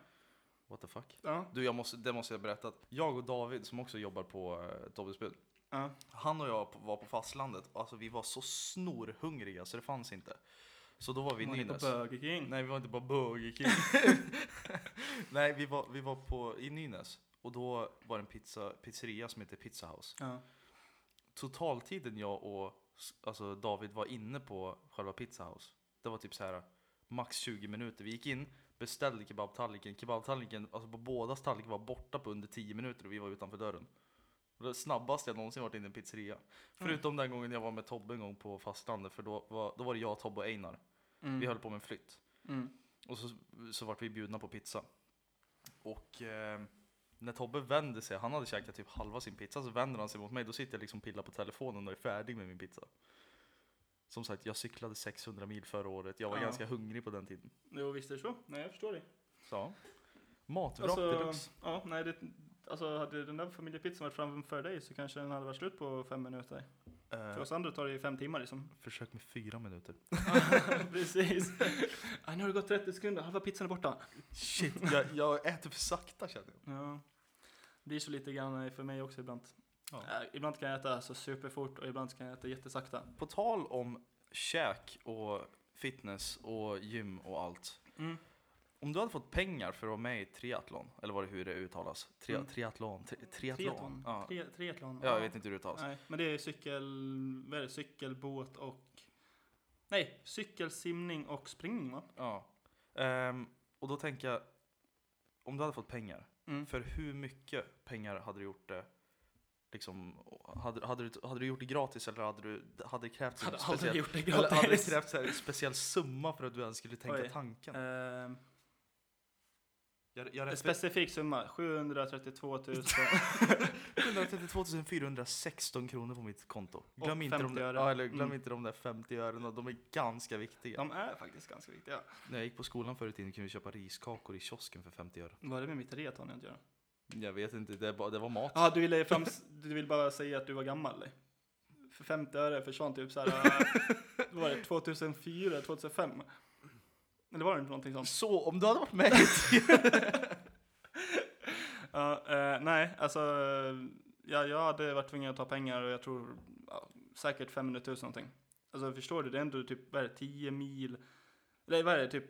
S2: what the fuck?
S1: Ja.
S2: Du, jag måste, det måste jag berätta. att Jag och David som också jobbar på uh, Dobbys bud.
S1: ja.
S2: Han och jag på- var på fastlandet. Alltså vi var så snorhungriga så det fanns inte. Så då var vi i
S1: Man är på
S2: Nynäs.
S1: Burger King.
S2: Nej, vi var inte på Burger King. Nej, vi var, vi var på, i Nynäs. Och då var det en pizza, pizzeria som heter Pizza House.
S1: Ja.
S2: totaltiden jag och s- alltså David var inne på själva Pizza House. Det var typ så här max 20 minuter. Vi gick in, beställde kebabtallriken. Kebabtallriken, alltså på bådas tallrikar var borta på under 10 minuter och vi var utanför dörren. Det var snabbast jag någonsin varit inne i en pizzeria. Förutom den gången jag var med Tobbe en gång på fastlandet för då var, då var det jag, Tobbe och Einar.
S1: Mm.
S2: Vi höll på med en flytt.
S1: Mm.
S2: Och så, så vart vi bjudna på pizza. Och eh, När Tobbe vänder sig, han hade käkat typ halva sin pizza, så vänder han sig mot mig, då sitter jag liksom och pillar på telefonen och är färdig med min pizza. Som sagt, jag cyklade 600 mil förra året, jag var
S1: Ja.
S2: ganska hungrig på den tiden.
S1: Jo, visst är det så. Nej, jag förstår dig.
S2: Så ja. Matvrak
S1: Alltså,
S2: deluxe.
S1: ja, nej, det, alltså, hade den där familjepizzan varit framför dig så kanske den hade varit slut på fem minuter. För
S2: Eh,
S1: oss andra tar det ju fem timmar
S2: [LAUGHS]
S1: liksom. [LAUGHS]
S2: försök med fyra minuter.
S1: Precis. Ah, nu har det gått 30 sekunder, halva pizzan är borta.
S2: Shit, jag, jag äter för sakta känner jag.
S1: Ja. Det blir så lite grann eh, för mig också ibland.
S2: Ja.
S1: Eh, ibland kan jag äta så superfort och ibland kan jag äta jättesakta.
S2: På tal om käk och fitness och gym och allt.
S1: Mm.
S2: Om du hade fått pengar för att vara med i triathlon, eller vad det, hur det uttalas? Tri-
S1: Mm.
S2: Triathlon? Tri- triathlon? Ja.
S1: Tri- triathlon.
S2: Ja, jag vet inte hur det uttalas.
S1: Nej, men det är cykel, vad är det, cykelbåt och... Nej, cykelsimning och springning va?
S2: Ja. Ehm, och då tänker jag, om du hade fått pengar,
S1: Mm.
S2: för hur mycket pengar hade du gjort det? Liksom, hade, hade, du, hade du gjort det gratis eller hade, du, hade det krävts
S1: Hade
S2: en
S1: aldrig
S2: speciell,
S1: gjort det
S2: eller hade det
S1: gratis. [LAUGHS]
S2: krävts en speciell summa för att du ens skulle tänka
S1: Oj.
S2: tanken?
S1: Ehm,
S2: Jag, jag
S1: En
S2: refer-
S1: specifik summa, 732 000.
S2: [LAUGHS] 132 416 kronor på mitt konto. Glöm, inte de,
S1: 50
S2: där,
S1: öre.
S2: ja, eller glöm
S1: Mm.
S2: inte de där 50 örena, de är ganska viktiga.
S1: De är faktiskt ganska viktiga.
S2: När jag gick på skolan förut kunde vi köpa riskakor i kiosken för 50 öre.
S1: Vad är det med mitt reton jag inte gör?
S2: Jag vet inte, det, är bara- det var mat.
S1: Ja, du ville fram, du vill bara säga att du var gammal eller? För 50 öre försvann typ [LAUGHS] såhär, eh, vad var det 2004, 2005? Eller var det inte någonting sånt?
S2: Så om du hade
S1: [LAUGHS]
S2: varit med i
S1: Ja, eh, nej, alltså ja, jag hade varit tvungen att ta pengar och jag tror ja, säkert 500 000 någonting. Alltså förstår du, det är ändå typ, vad är det, 10 mil? Nej, vad är det, typ,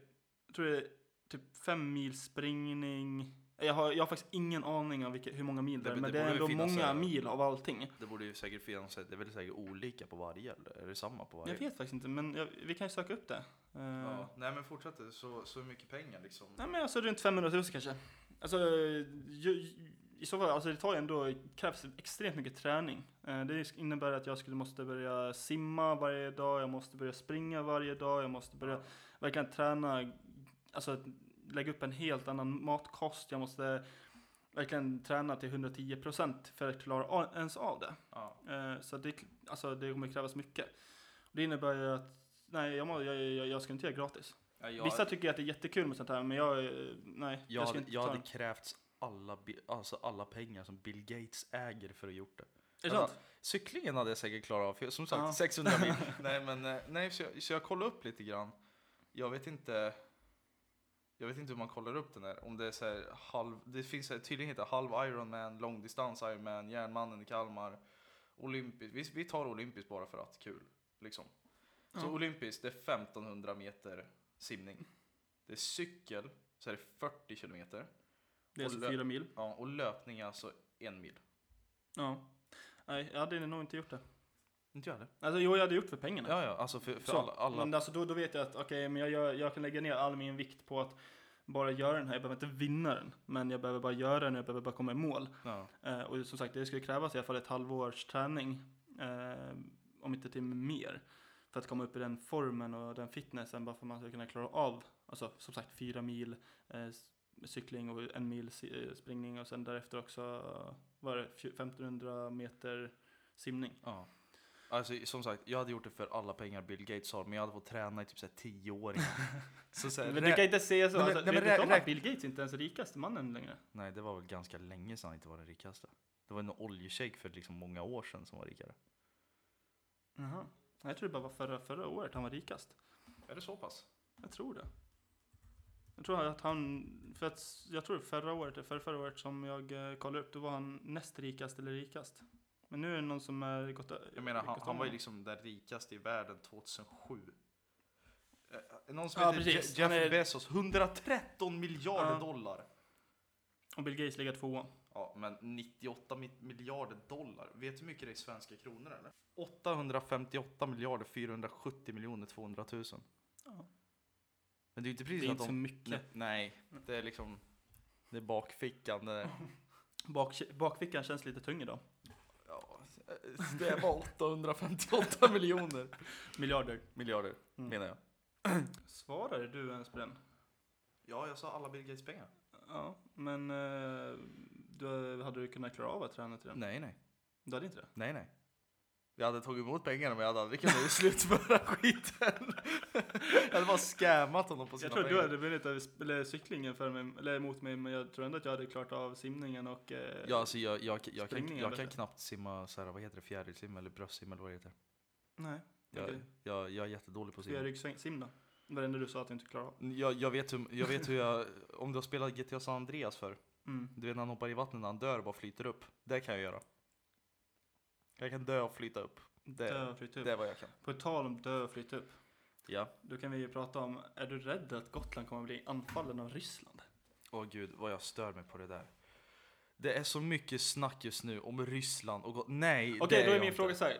S1: jag tror det är typ 5 mil springning. Jag har, jag har faktiskt ingen aning om vilka, hur många mil det
S2: Nej,
S1: är,
S2: men
S1: men
S2: det
S1: det är
S2: borde
S1: ändå
S2: ju finnas,
S1: många
S2: eh,
S1: mil av allting.
S2: Det borde ju säkert finnas, det är väl säkert olika på varje, eller är det samma på
S1: Jag
S2: varje?
S1: vet faktiskt inte, men jag, vi kan ju söka upp det. Eh,
S2: Ja. Nej men fortsätt, så, så mycket pengar liksom.
S1: Nej, men alltså runt 500 000 kanske. Alltså, ju, i så fall, alltså det tar ju ändå, krävs extremt mycket träning. Eh, Det innebär att jag skulle måste börja simma varje dag, jag måste börja springa varje dag, jag måste börja verkligen träna, alltså lägga upp en helt annan matkost, jag måste verkligen träna till 110% för att klara a- ens av det.
S2: Ja.
S1: Eh, Så det, alltså det kommer krävas mycket. Det innebär ju att, nej jag, må- jag, jag, jag ska inte göra gratis.
S2: Ja, jag,
S1: Vissa tycker att det är jättekul med sånt här, men jag, eh, nej.
S2: jag,
S1: ska
S2: hade,
S1: inte
S2: jag
S1: ta
S2: hade
S1: den.
S2: krävts alla, bi- alltså alla pengar som Bill Gates äger för att ha gjort det.
S1: Är det sant?
S2: Cyklingen hade jag säkert klarat av, för som sagt
S1: Ja.
S2: 600
S1: [LAUGHS]
S2: mil. nej, men, eh, nej, så, jag, så jag kollade upp lite grann. Jag vet inte Jag vet inte hur man kollar upp den här. Om det är så här halv, det finns så här, tydligen heter halv Ironman, långdistans Ironman, Järnmannen i Kalmar, Olympisk. Vi, vi tar Olympiskt bara för att kul. Liksom. Så
S1: Ja.
S2: Olympiskt, det är 1500 meter simning. Det är cykel, så är det 40 kilometer.
S1: Det är alltså
S2: Och lö-
S1: fyra mil.
S2: Ja, och löpning är alltså en mil.
S1: Ja. Nej, jag hade nog inte gjort det.
S2: Inte jag heller.
S1: Alltså jo, jag hade gjort för pengarna.
S2: Ja, ja, alltså för, för
S1: Så.
S2: alla, alla
S1: Men alltså då, då vet jag att okej, men jag, gör, jag kan lägga ner all min vikt på att bara göra den här. Jag behöver inte vinna den, men jag behöver bara göra den, jag behöver bara komma i mål.
S2: Ja.
S1: Eh, och som sagt, det skulle krävas i alla fall ett halvårs träning, eh, om inte till och med mer, för att komma upp i den formen och den fitnessen bara för att man ska kunna klara av, alltså som sagt, fyra mil eh, s- cykling och en mil si- eh, springning och sen därefter också, eh, vad är det, fj- 1500 meter simning.
S2: Ja. Alltså som sagt, jag hade gjort det för alla pengar Bill Gates har, men jag hade fått träna i typ såhär 10 år
S1: [LAUGHS]
S2: innan. så såhär,
S1: Men
S2: rä-
S1: du kan inte säga så,
S2: Nej, men-
S1: alltså,
S2: nej,
S1: vet
S2: men
S1: du
S2: rä-
S1: inte om att
S2: rä-
S1: Bill Gates inte ens är rikaste mannen längre?
S2: Nej, det var väl ganska länge sedan han inte var den rikaste. Det var en oljeshejk för liksom många år sedan som var rikare.
S1: Jaha. Jag tror det bara var förra, förra året han var rikast.
S2: Är det så pass?
S1: Jag tror det. Jag tror att han, för att, jag tror förra året, eller förra, förra året som jag eh, kollade upp, då var han näst rikast eller rikast. Men nu är det någon som är gått ö-
S2: Jag menar, han,
S1: gått
S2: han
S1: om
S2: var ju
S1: honom.
S2: liksom den rikaste i världen 2007. Eh, Någon som
S1: Ja,
S2: heter Je-
S1: precis.
S2: Jeff
S1: Han är-
S2: Bezos, 113 miljarder
S1: Ja.
S2: dollar.
S1: Och Bill Gates ligger tvåa.
S2: Ja, men 98 mi- miljarder dollar. Vet du hur mycket det är i svenska kronor eller? 858 miljarder 470 miljoner 200 000.
S1: Ja.
S2: Men det är ju inte
S1: Det är
S2: precis att
S1: inte så
S2: de...
S1: mycket.
S2: Nej, nej, det är liksom... Det är bakfickan. Det är,
S1: Bak, bakfickan känns lite tung idag.
S2: ja, det är bara 858 [LAUGHS] miljoner.
S1: Miljarder.
S2: Miljarder,
S1: Mm.
S2: menar jag.
S1: Svarade du ens på den?
S2: Ja, jag sa alla Bill Gates pengar.
S1: Ja, men eh, du, hade du kunnat klara av att träna till den?
S2: Nej, nej.
S1: Du hade inte det?
S2: Nej, nej. Jag hade tagit emot pengarna men jag hade aldrig kunnat slutföra skiten. [LAUGHS] jag hade bara scammat honom på sina
S1: Jag tror att
S2: pengar.
S1: du hade vunnit över sp- eller cyklingen för mig, eller emot mig, men jag tror ändå att jag hade klart av simningen och... Eh,
S2: Ja, alltså jag, jag, jag, kan,
S1: Springningen
S2: jag kan
S1: bättre.
S2: knappt simma så här, vad heter det, fjärilsim eller bröstsim eller vad det heter.
S1: Nej.
S2: Jag,
S1: Okej.
S2: jag, jag är jättedålig på att
S1: Ska jag
S2: simma.
S1: ryggsim då? Det var det enda du sa att du inte klarade av.
S2: Jag, jag, vet hur, jag vet hur jag, om du har spelat GTA San Andreas för
S1: Mm.
S2: Du vet när han hoppar i vattnet när han dör och bara flyter upp. Det kan jag göra. Jag kan dö och flyta upp. Det,
S1: Dö och flytta upp.
S2: det är vad jag kan.
S1: På tal om dö och flytta upp,
S2: Ja.
S1: då kan vi ju prata om, är du rädd att Gotland kommer att bli anfallen av Ryssland?
S2: Åh gud, vad jag stör mig på det där. Det är så mycket snack just nu om Ryssland och Got- Nej,
S1: Okej,
S2: det
S1: då är
S2: jag
S1: min
S2: inte.
S1: fråga så här.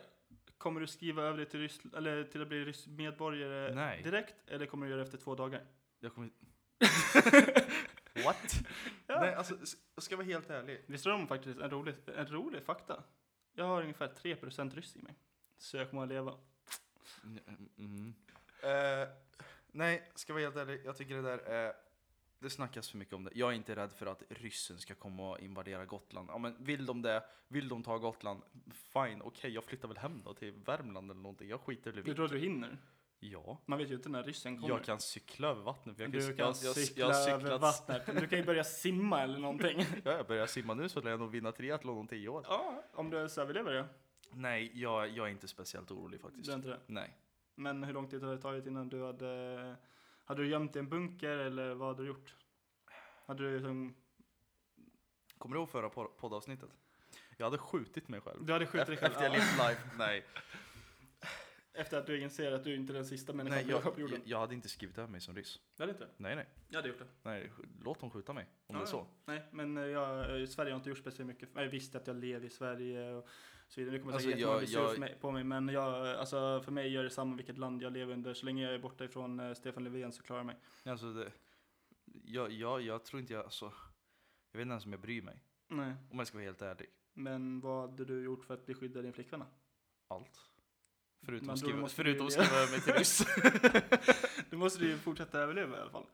S1: Kommer du skriva över dig till, Ryssland, eller till att bli rysk medborgare
S2: Nej.
S1: direkt, eller kommer du göra det efter två dagar?
S2: Jag [LAUGHS] kommer... What?
S1: Ja.
S2: Nej, alltså, s- jag ska vara helt ärlig.
S1: Visst är de faktiskt en rolig, en rolig fakta? Jag har ungefär 3% ryss i mig. Så jag kommer att leva.
S2: Mm. Eh, nej, ska vara helt ärlig. Jag tycker det där är... Det snackas för mycket om det. Jag är inte rädd för att ryssen ska komma och invadera Gotland. Ja, men vill de det, vill de ta Gotland, fine, okej, jag flyttar väl hem då till Värmland eller någonting. Jag skiter väl i
S1: Du
S2: det.
S1: tror att du hinner?
S2: Ja,
S1: Man vet ju inte när ryssen kommer.
S2: jag kan cykla över vattnet. För jag
S1: du
S2: jag-
S1: kan
S2: jag- jag har
S1: cykla över
S2: cyklat-
S1: vattnet. Men Du kan ju börja simma eller någonting.
S2: [LAUGHS] Ja, jag börjar simma nu så lär jag nog vinna triathlon om tio år.
S1: ja, om du ens överlever det.
S2: Nej, jag, jag är inte speciellt orolig faktiskt.
S1: Du är inte det.
S2: Nej.
S1: Men hur lång tid hade det tagit innan du hade... Hade du gömt dig i en bunker eller vad hade du gjort? Hade du, liksom-
S2: Kommer du ihåg förra pod- poddavsnittet? Jag hade skjutit mig själv.
S1: du hade skjutit dig själv?
S2: Efter jag
S1: ja.
S2: levt
S1: [LAUGHS]
S2: life. Nej.
S1: Efter att du inser att du inte är den sista människan
S2: Nej,
S1: på [LAUGHS]
S2: jag,
S1: jorden?
S2: jag, jag hade inte skrivit över mig som ryss.
S1: Jag hade inte det.
S2: Nej, nej.
S1: Jag hade gjort det.
S2: nej sk- låt dem skjuta mig om det
S1: Ja,
S2: är så.
S1: Nej, men eh, jag, eh, Sverige har inte gjort speciellt mycket. Jag visste att jag lever i Sverige och så vidare. Nu kommer
S2: Alltså,
S1: säkert jättemånga
S2: jag-
S1: bli
S2: jag-
S1: sur för mig- på mig, men jag, eh, alltså, för mig gör det samma vilket land jag lever under. Så länge jag är borta ifrån eh, Stefan Löfven så klarar jag mig.
S2: Nej, Alltså, det, jag, jag, jag tror inte jag, alltså, jag vet inte ens om jag bryr mig.
S1: Nej,
S2: Om jag ska vara helt ärlig.
S1: men vad hade du gjort för att bli skyddad av din flickvän? då?
S2: Allt. Förutom
S1: Man
S2: att
S1: tror du
S2: skriva,
S1: måste
S2: förutom att
S1: vilja.
S2: skriva över mig till
S1: [LAUGHS]
S2: ryss.
S1: Då måste du ju fortsätta överleva i alla fall.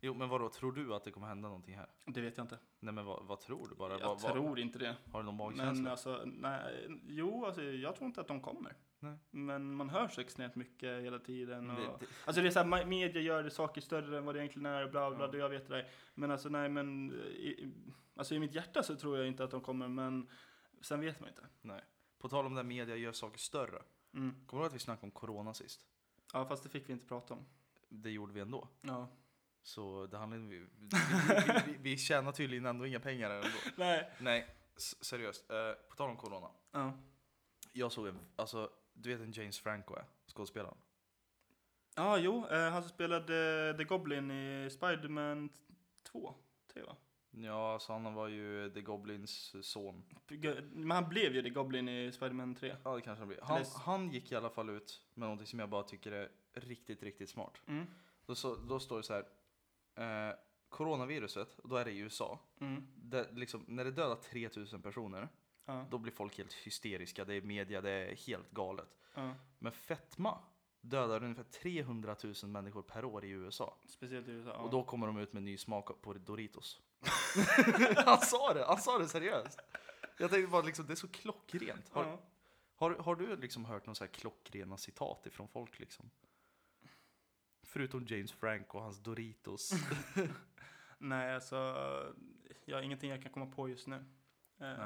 S2: jo, men vadå, tror du att det kommer hända någonting här?
S1: Det vet jag inte.
S2: Nej, men vad, vad tror du bara?
S1: Jag
S2: vad,
S1: tror
S2: Vad,
S1: inte det.
S2: har du någon magkänsla?
S1: Men alltså, nej, jo, alltså, jag tror inte att de kommer.
S2: Nej.
S1: Men man hör så extremt mycket hela tiden. Och...
S2: det, det,
S1: Alltså det är så här, media gör saker större än vad det egentligen är, bla bla,
S2: Ja.
S1: det jag vet det där. Men alltså nej, men i, i- alltså, i mitt hjärta så tror jag inte att de kommer, men sen vet man inte.
S2: på tal om där media gör saker större.
S1: Mm.
S2: Kommer du ihåg att vi snackade om corona sist?
S1: Ja, fast det fick vi inte prata om.
S2: Det gjorde vi ändå.
S1: Ja.
S2: Så det handlar vi, vi, vi, vi, vi tjänar tydligen ändå inga pengar ändå.
S1: Nej.
S2: Nej, s- seriöst. Eh, på tal om corona.
S1: Ja.
S2: Jag såg en, alltså du vet en James Franco är, skådespelaren.
S1: Ja, jo, eh, han som spelade The Goblin i Spider-Man 2, 3 va?
S2: Ja, så han var ju The Goblins son.
S1: Men han blev ju The Goblin i Spider-Man 3.
S2: Ja, det kanske han blir. Han,
S1: Eller-
S2: han gick i alla fall ut med någonting som jag bara tycker är riktigt, riktigt smart.
S1: Mm.
S2: Då, så, då står det så här. Eh, coronaviruset, då är det i USA.
S1: Mm.
S2: Det, liksom, när det dödar 3000 personer,
S1: Ja.
S2: då blir folk helt hysteriska. Det är media, det är helt galet.
S1: ja.
S2: Men fetma dödar ungefär 300 000 människor per år i USA.
S1: Speciellt i USA. Ja.
S2: Och då kommer de ut med ny smak på Doritos. [LAUGHS] han sa det, han sa det seriöst. Jag tänkte bara liksom, det är så klockrent. Har,
S1: ja.
S2: har, har du liksom hört några så här klockrena citat ifrån folk liksom? Förutom James Franco och hans
S1: [LAUGHS]
S2: Doritos.
S1: Nej, alltså, jag har ingenting jag kan komma på just nu. Eh,
S2: Nej.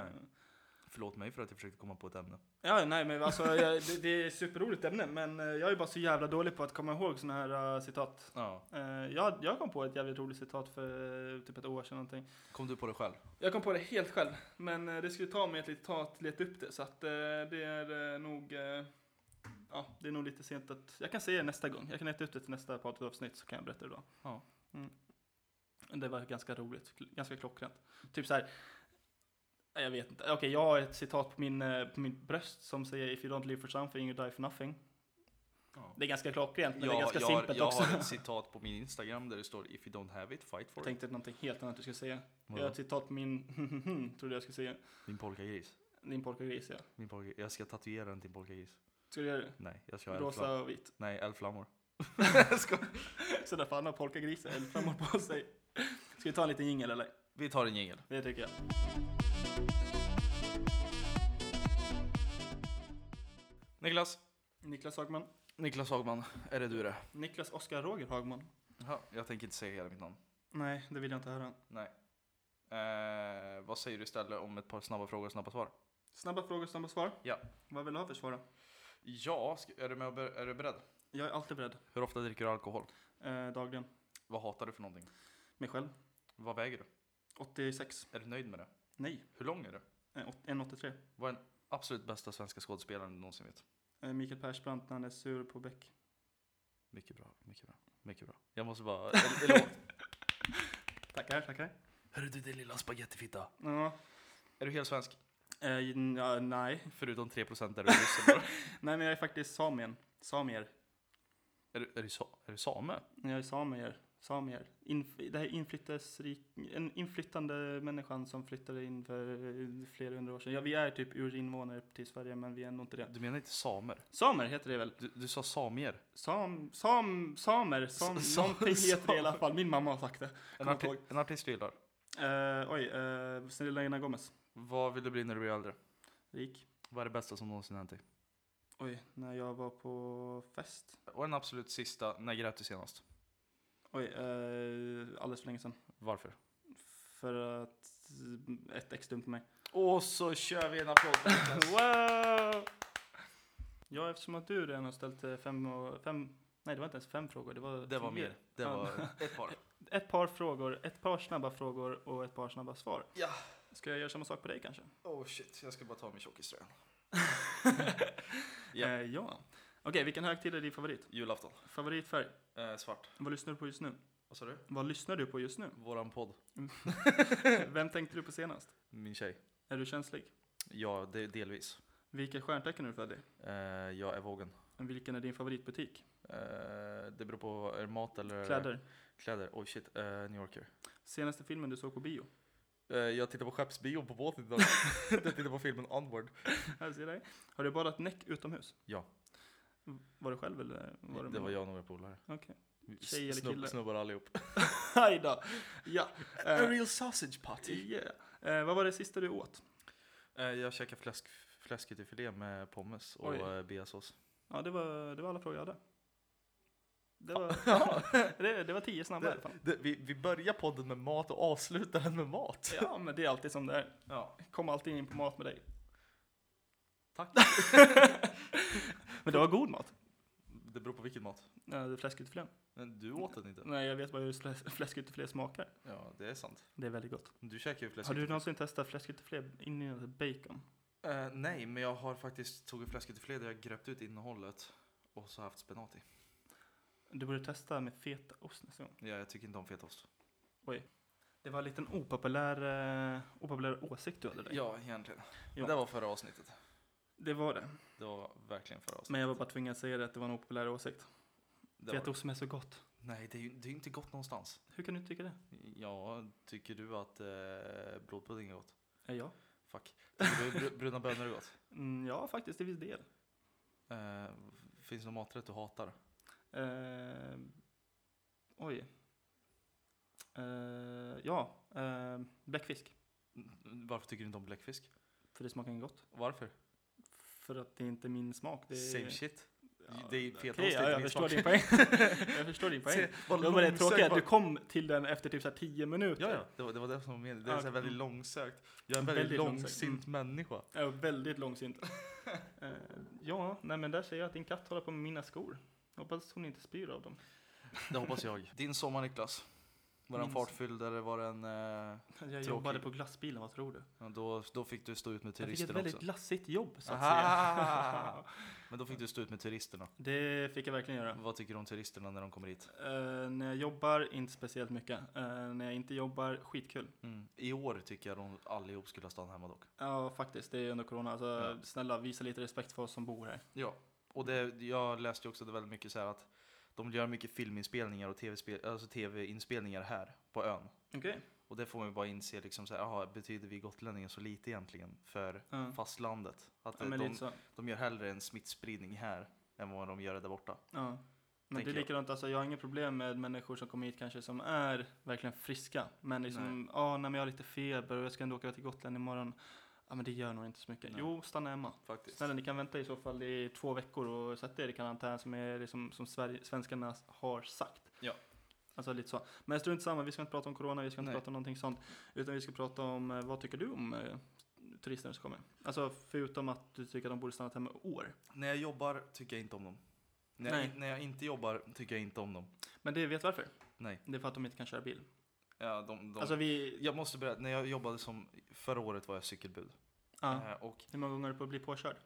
S2: Förlåt mig för att jag försökte komma på ett ämne.
S1: Ja, nej, men alltså, jag, det, det är ett superroligt ämne, men eh, jag är bara så jävla dålig på att komma ihåg sådana här eh, citat.
S2: Ja.
S1: Eh, jag, jag kom på ett jävligt roligt citat för eh, typ ett år sedan någonting.
S2: Kom du på det själv?
S1: Jag kom på det helt själv, men eh, det skulle ta mig ett litet tag att leta upp det, så att eh, det är eh, nog... eh, ja, det är nog lite sent att... Jag kan säga det nästa gång. Jag kan leta upp det till nästa poddavsnitt så kan jag berätta det då.
S2: Ja.
S1: Mm. Det var ganska roligt, kl- ganska klockrent. Typ så här... nej, Jag vet inte. Okej, jag har ett citat på min, eh, på min bröst som säger If you don't live for something you die for nothing. Det är ganska klockrent, men det är ganska
S2: jag,
S1: simpelt
S2: jag
S1: också.
S2: har ett citat på min Instagram där det står If you don't have it, fight for
S1: Jag
S2: it.
S1: tänkte någonting helt annat du skulle säga. Jag har
S2: Vadå?
S1: ett citat på min... [LAUGHS] trodde jag skulle säga.
S2: Din polkagris.
S1: Din polkagris, ja.
S2: Min polka, jag ska tatuera den till en polkagris.
S1: Ska du göra det?
S2: Nej, jag ska ha elflammor.
S1: Rosa och
S2: [LAUGHS]
S1: vit.
S2: Nej, elflammor.
S1: Så därför han har polkagrisar eller framåt på sig. Ska vi ta en liten jingel eller?
S2: Vi tar en jingel.
S1: Det tycker jag.
S2: Niklas.
S1: Niklas Hagman.
S2: Niklas Hagman, är det du det?
S1: Niklas Oskar Roger Hagman.
S2: Jaha, jag tänker inte säga hela mitt namn.
S1: Nej, det vill jag inte höra.
S2: Nej. Eh, vad säger du istället om ett par snabba frågor och snabba svar?
S1: Snabba frågor, snabba svar.
S2: Ja.
S1: Vad vill du ha för svar då?
S2: Ja, sk- är du, med och ber- är du beredd?
S1: Jag är alltid beredd.
S2: Hur ofta dricker du alkohol?
S1: Eh, dagligen.
S2: Vad hatar du för någonting?
S1: Mig själv.
S2: Vad väger du?
S1: 86.
S2: Är du nöjd med det?
S1: Nej.
S2: Hur lång är du?
S1: Eh, åt- 183.
S2: Vad är den absolut bästa svenska skådespelaren du någonsin vet?
S1: Eh, Mikael Persbrandt när han är sur på Beck.
S2: Mycket bra, mycket bra, mycket bra. Jag måste bara... en Eloge.
S1: [LAUGHS] Tackar, tackar.
S2: [LAUGHS] Hörru du din lilla spagettifitta.
S1: Ja.
S2: Är du helt svensk?
S1: Eh, n- ja, nej.
S2: Förutom 3% där du är ryssen bara. [LAUGHS]
S1: Nej, men jag är faktiskt samien. Samier.
S2: Är du, är, du sa, är du same?
S1: Jag är samier. Samier. Inf- det här är inflyttesrik, en inflyttande människan som flyttade in för eh, flera hundra år sedan. Ja, vi är typ urinvånare till Sverige, men vi är ändå inte det.
S2: Du menar inte samer?
S1: Samer heter det väl?
S2: Du, du sa samier.
S1: Sam, sam, samer, sam,
S2: Sa-
S1: någonting heter det i alla
S2: sam-
S1: fall. Min mamma har sagt det.
S2: En,
S1: Kommer
S2: arti-
S1: ihåg.
S2: en artist du gillar.
S1: Eh, oj, uh, Selena Gomez.
S2: Vad vill du bli när du blir äldre?
S1: Rik.
S2: Vad är det bästa som någonsin hänt dig?
S1: Oj, när jag var på fest.
S2: Och en absolut sista, när grät du senast?
S1: Oj, eh, alldeles för länge sedan.
S2: Varför?
S1: För att eh, ett ex dumpade mig.
S2: Och så kör vi en applåd för
S1: [LAUGHS]
S2: Niklas.
S1: wow! Ja, eftersom att du redan har ställt eh, fem och fem. Nej, det var inte ens fem frågor. Det var,
S2: [LAUGHS] Det var
S1: tio.
S2: mer. Det var ett par.
S1: Ett par frågor, ett par snabba frågor och ett par snabba svar.
S2: Ja.
S1: Ska jag göra samma sak på dig kanske?
S2: Oh shit, jag ska bara ta min tjockiströja. Ja.
S1: ja. Eh, ja. Okej, vilken högtid är din favorit?
S2: Julafton.
S1: Favoritfärg?
S2: Eh, svart.
S1: Vad lyssnar du på just nu?
S2: Vad sa du?
S1: Vad lyssnar du på just
S2: [LAUGHS]
S1: nu?
S2: Våran podd.
S1: Vem tänkte du på senast?
S2: Min tjej.
S1: Är du känslig?
S2: Ja, det, delvis.
S1: Vilket stjärntecken är du född i?
S2: Eh, jag är vågen.
S1: Vilken är din favoritbutik?
S2: Eh, det beror på, är det mat eller?
S1: Kläder?
S2: Kläder. Oj shit, eh, New Yorker.
S1: Senaste filmen du såg på bio?
S2: Eh, jag tittar på skeppsbion på båten [LAUGHS] idag. jag tittar på filmen Onward.
S1: Här ser jag. Har du badat näck utomhus?
S2: Ja.
S1: Mm, Var du själv eller? Var du
S2: det
S1: med?
S2: var jag och några polare.
S1: Okej.
S2: Vi
S1: Tjej eller
S2: snubb-
S1: kille?
S2: Snubbar [LAUGHS] allihop.
S1: Aj då! Ja.
S2: A
S1: Eh,
S2: real sausage party.
S1: yeah. eh, vad var det sista du åt?
S2: Eh, jag käkade fläsk, fläsket i filé med pommes och
S1: Oj.
S2: eh, beasås.
S1: Ja, det var, det var alla frågor jag hade. Det
S2: [LAUGHS]
S1: var, det, det var tio snabba i alla fall.
S2: Det, vi, vi börjar podden med mat och avslutar den med mat.
S1: Ja, men det är alltid som det är.
S2: Ja.
S1: Kom alltid in på mat med dig.
S2: Tack.
S1: [LAUGHS] Men det var god mat.
S2: Det beror på vilken mat.
S1: Eh, Fläskytterfilén.
S2: Men du åt den inte.
S1: Nej, jag vet bara hur fläs- fläskytterfilé smakar.
S2: Ja, det är sant.
S1: Det är väldigt gott.
S2: Du käkar ju fläsk.
S1: Har du någonsin testat fläskytterfilé innan bacon?
S2: Eh, nej, men jag har faktiskt tagit fläsket i filé där jag gröpt ut innehållet och så haft spenat i.
S1: Du borde testa med fetaost nästa gång.
S2: Ja, jag tycker inte om fetaost.
S1: Det var en liten opopulär, eh, opopulär åsikt du hade där.
S2: Ja, egentligen.
S1: Ja.
S2: Det var förra avsnittet.
S1: Det var det.
S2: Det var verkligen förra avsnittet.
S1: Men jag var bara tvungen att säga det att det var en opopulär åsikt.
S2: Det var...
S1: Fetaost som är så gott.
S2: Nej, det är ju det är ju inte gott någonstans.
S1: Hur kan du tycka det?
S2: Ja, tycker du att eh, blodpudding är gott?
S1: Eh, Ja,
S2: Fuck. Tycker du br- bruna bönor är gott?
S1: mm, ja faktiskt till viss del.
S2: Eh, finns det någon maträtt du hatar?
S1: Eh, oj. Eh, ja, eh, bläckfisk.
S2: Mm, Varför tycker du inte om bläckfisk?
S1: För det smakar inget gott.
S2: Varför?
S1: För att det är inte min smak. Det är, [LAUGHS]
S2: Same shit.
S1: Ja,
S2: Det är
S1: okej,
S2: fetaost, det är inte
S1: ja, jag
S2: min
S1: förstår
S2: smak.
S1: din
S2: [LAUGHS]
S1: poäng. jag förstår din poäng.
S2: Se, vad
S1: Det var det
S2: långsökt
S1: tråkiga,
S2: var-
S1: du kom till den efter typ så här 10 minuter.
S2: Ja, ja. Det, var, det var det som var meningen. Det är
S1: Ja,
S2: så här väldigt
S1: mm.
S2: långsökt. Jag är en väldigt,
S1: Väldigt långsökt. Mm.
S2: långsint människa.
S1: Jag var väldigt långsint. [LAUGHS] Eh, ja, nej men där ser jag att din katt håller på med mina skor. Hoppas hon inte spyr av dem.
S2: Det hoppas jag. Din sommar Niklas. Var den
S1: Min-
S2: fartfylld eller var den... Eh,
S1: Jag jobbade
S2: Tråkig.
S1: på glassbilen, vad tror du?
S2: ja, då, då fick du stå ut med
S1: Jag fick ett
S2: turisterna
S1: väldigt
S2: också.
S1: glassigt jobb så att
S2: Aha! [LAUGHS]
S1: säga. [LAUGHS]
S2: Men då fick du stå ut med turisterna.
S1: det fick jag verkligen göra.
S2: Vad tycker du om turisterna när de kommer hit?
S1: Eh, när jag jobbar, inte speciellt mycket. Eh, när jag inte jobbar, skitkul.
S2: Mm. I år tycker jag de allihop skulle ha stannat hemma dock.
S1: Ja, faktiskt. Det är under corona. Alltså,
S2: Ja.
S1: Snälla, visa lite respekt för oss som bor här.
S2: Ja, och det, jag läste ju också det väldigt mycket så här att de gör mycket filminspelningar och TV-spel, alltså tv-inspelningar här på ön.
S1: Okej.
S2: Och det får man ju bara inse liksom så här, aha, betyder vi gotlänningar så lite egentligen för
S1: Ja.
S2: fastlandet? Att
S1: Ja,
S2: eh,
S1: men
S2: de,
S1: lite så.
S2: de gör hellre en smittspridning här än vad de gör där borta.
S1: Ja. Men det är
S2: tänker jag.
S1: likadant, alltså, jag har inga problem med människor som kommer hit kanske som är verkligen friska. Men liksom, ja, nej. men jag har lite feber och jag ska ändå åka till Gotland imorgon. Ja, men det gör nog inte så mycket.
S2: Nej.
S1: Jo, stanna hemma.
S2: Faktiskt.
S1: Snälla, ni kan vänta i så fall i två veckor och sätta er i karantän som, är det som, som Sverige, svenskarna har sagt.
S2: Ja.
S1: Alltså lite så. Men strunt samma, vi ska inte prata om corona, vi ska inte
S2: Nej.
S1: prata om någonting sånt. Utan vi ska prata om, eh, vad tycker du om eh, turisterna som kommer? Alltså förutom att du tycker att de borde stannat hemma i år.
S2: När jag jobbar tycker jag inte om dem. När jag,
S1: Nej.
S2: in- när jag inte jobbar tycker jag inte om dem.
S1: Men det vet varför.
S2: Nej.
S1: Det är för att de inte kan köra bil.
S2: Ja, de, de,
S1: Alltså vi,
S2: jag måste berätta, när jag jobbade som, förra året var jag cykelbud.
S1: ja.
S2: Eh, och
S1: Hur många gånger har du på att bli påkörd?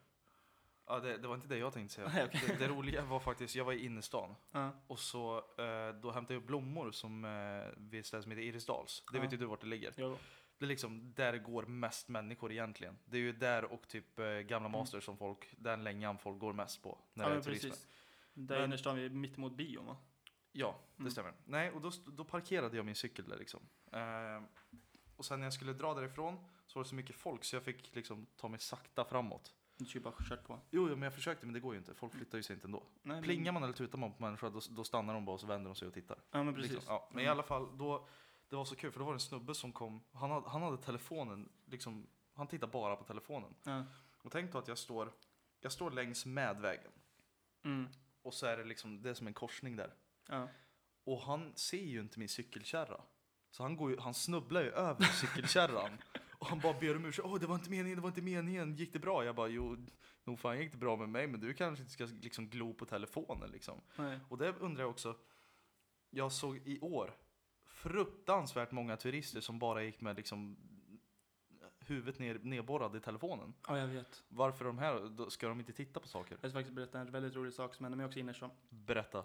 S2: ja, det, det var inte det jag tänkte säga.
S1: [LAUGHS] Nej, okej.
S2: det, det roliga var faktiskt, jag var i innerstan.
S1: Ja.
S2: Och så eh, då hämtade jag upp blommor som eh, vid ett ställe som heter Irisdals. Det
S1: Ja.
S2: vet ju du vart det ligger.
S1: Jo.
S2: Det är liksom där det går mest människor egentligen. Det är ju där och typ eh, gamla
S1: Mm.
S2: masters som folk, den längan folk går mest på. När
S1: Ja
S2: det
S1: men
S2: är turismen.
S1: precis. Där i
S2: Men-
S1: innerstan, vi är mittemot bion va?
S2: Ja, det
S1: Mm.
S2: stämmer. Nej, och då, st- då parkerade jag min cykel där liksom. Eh, och sen när jag skulle dra därifrån så var det så mycket folk så jag fick liksom ta mig sakta framåt.
S1: Du skulle ju bara kört på.
S2: Jo, jo, men jag försökte men det går ju inte. Folk flyttar ju sig inte ändå.
S1: Nej, men-
S2: Plingar man eller tutar man på människor då, då stannar de bara och så vänder de sig och tittar.
S1: Ja men precis.
S2: Liksom, ja. Men i alla fall, då, det var så kul för då var det en snubbe som kom. Han hade, han hade telefonen, liksom, han tittade bara på telefonen.
S1: Ja.
S2: Och tänk då att jag står, jag står längs med vägen.
S1: Mm.
S2: Och så är det liksom, det är som en korsning där.
S1: Ja.
S2: Och han ser ju inte min cykelkärra. Så han, går ju, han snubblar ju över cykelkärran. Och han bara ber om ursäkt. Åh, det var inte meningen, det var inte meningen. Gick det bra? Jag bara, jo, nog fan gick det bra med mig. Men du kanske inte ska liksom glo på telefonen liksom.
S1: Nej.
S2: Och det undrar jag också. Jag såg i år fruktansvärt många turister som bara gick med liksom huvudet ner, nedborrad i telefonen.
S1: Ja jag vet.
S2: Varför de här? Då ska de inte titta på saker?
S1: Jag ska faktiskt berätta en väldigt rolig sak som hände mig också i innerstan.
S2: Berätta.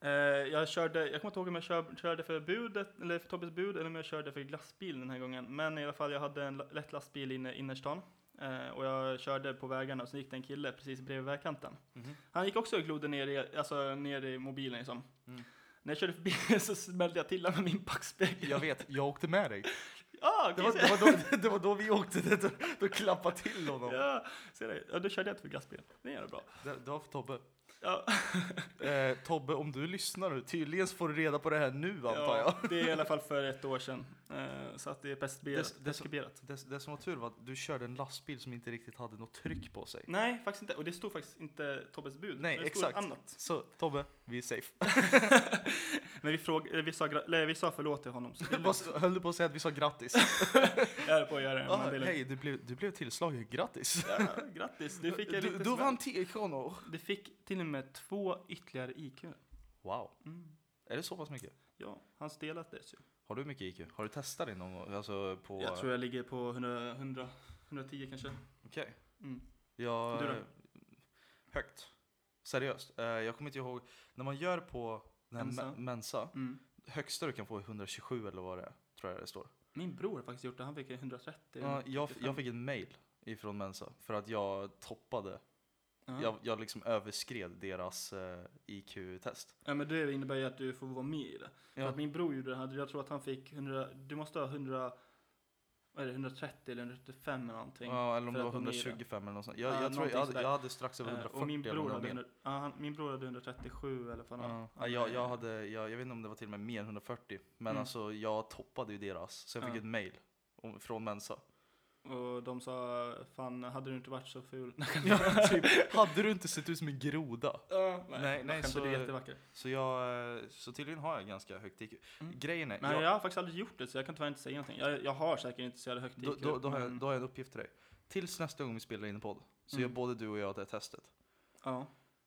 S1: Eh, jag körde, jag kommer inte ihåg om jag kör, körde för budet, eller för Tobbes bud, eller om jag körde för glassbil den här gången. Men i alla fall, jag hade en la- lätt lastbil inne i innerstan. Eh, och jag körde på vägarna och så gick det en kille precis bredvid vägkanten.
S2: Mhm.
S1: Han gick också och glodde ner i, alltså, ner i mobilen liksom.
S2: Mm.
S1: När jag körde förbi [LAUGHS] så smällde jag till honom med min backspegel.
S2: Jag vet, jag åkte med dig.
S1: Ja,
S2: Det var, det, var då, det var då vi åkte, det, då, då klappade till honom.
S1: Ja, ser du? Ja, då körde jag inte för glassbilen. Det gör det bra.
S2: Det, det var för Tobbe.
S1: Ja,
S2: Eh, Tobbe, om du lyssnar nu, tydligen så får du reda på det här nu antar jag.
S1: ja, det är i alla fall för ett år sedan. Eh, så att det är preskriberat.
S2: Det- det-
S1: preskriberat.
S2: Det, det som var tur var att du körde en lastbil som inte riktigt hade något tryck på sig.
S1: Nej, faktiskt inte. Och det stod faktiskt inte Tobbes bud.
S2: Nej,
S1: Mm. det
S2: exakt.
S1: Stod annat.
S2: Så Tobbe, vi är safe.
S1: Men vi, fråg, eller vi, sa, gra- eller vi sa förlåt till honom. Så
S2: [LAUGHS]
S1: det är lugnt.
S2: Vad höll du på att säga att vi sa grattis?
S1: jag höll på att göra det.
S2: ah,
S1: men det är lugnt.
S2: hej, du blev, du blev tillslagen. Grattis!
S1: Ja, grattis, du fick en
S2: du,
S1: liten
S2: du
S1: smäll.
S2: vann 10 kronor.
S1: Du fick till och med två ytterligare IQ.
S2: Wow,
S1: Mm.
S2: är det så pass mycket?
S1: Ja, han stelat det. Så.
S2: Har du mycket IQ? Har du testat det någon gång? Alltså på...
S1: Jag tror jag ligger på 100, 100 110 kanske.
S2: Okej.
S1: Mm.
S2: Jag...
S1: Du då?
S2: Högt. Seriöst. Eh, Jag kommer inte ihåg. När man gör på den här
S1: Mensa.
S2: me- Mensa,
S1: Mm.
S2: högsta du kan få är 127 eller vad det är, tror jag det står.
S1: Min bror har faktiskt gjort det, han fick 130.
S2: Ja, jag,
S1: 35.
S2: jag fick en mail ifrån Mensa för att jag toppade.
S1: Ja.
S2: Jag, jag liksom överskred deras eh, IQ-test.
S1: Ja men det innebär ju att du får vara med i det. För
S2: Ja.
S1: att min bror gjorde det här, jag tror att han fick 100, du måste ha 100, vad är det, 130 eller 135 eller någonting.
S2: Ja, eller om
S1: för
S2: det
S1: att
S2: var
S1: vara med i det.
S2: 125 eller något sånt. Jag,
S1: Ja,
S2: jag, tror
S1: någonting
S2: jag, hade-
S1: sådär.
S2: jag hade strax över
S1: Eh,
S2: 140
S1: och min
S2: eller
S1: bror,
S2: vad det var
S1: hade,
S2: med.
S1: 100, ja, han, min bror hade 137 eller vad han
S2: Ja, ja, jag, jag, hade, jag, jag vet inte om det var till och med mer än 140, men
S1: Mm.
S2: alltså jag toppade ju deras. Så jag fick
S1: Ja.
S2: ett mail om,
S1: [LAUGHS]
S2: från Mensa.
S1: Och de sa, fan hade du inte varit så ful? [LAUGHS]
S2: Ja, typ, hade du inte sett ut som en groda?
S1: Ja,
S2: Nej,
S1: jag
S2: nej,
S1: skämtar,
S2: så-
S1: du är jättevacker.
S2: Så, jag, eh, så tydligen har jag ganska högt IQ.
S1: Mm.
S2: Grejen är,
S1: Men
S2: jag,
S1: jag har faktiskt aldrig gjort det så jag kan tyvärr inte säga någonting. Jag, jag har säkert inte så jävla högt
S2: då,
S1: IQ,
S2: då, då, har jag,
S1: men-
S2: då har jag en uppgift till dig. Tills nästa gång vi spelar in en podd så
S1: Mm.
S2: gör både du och jag det här testet.
S1: Ja,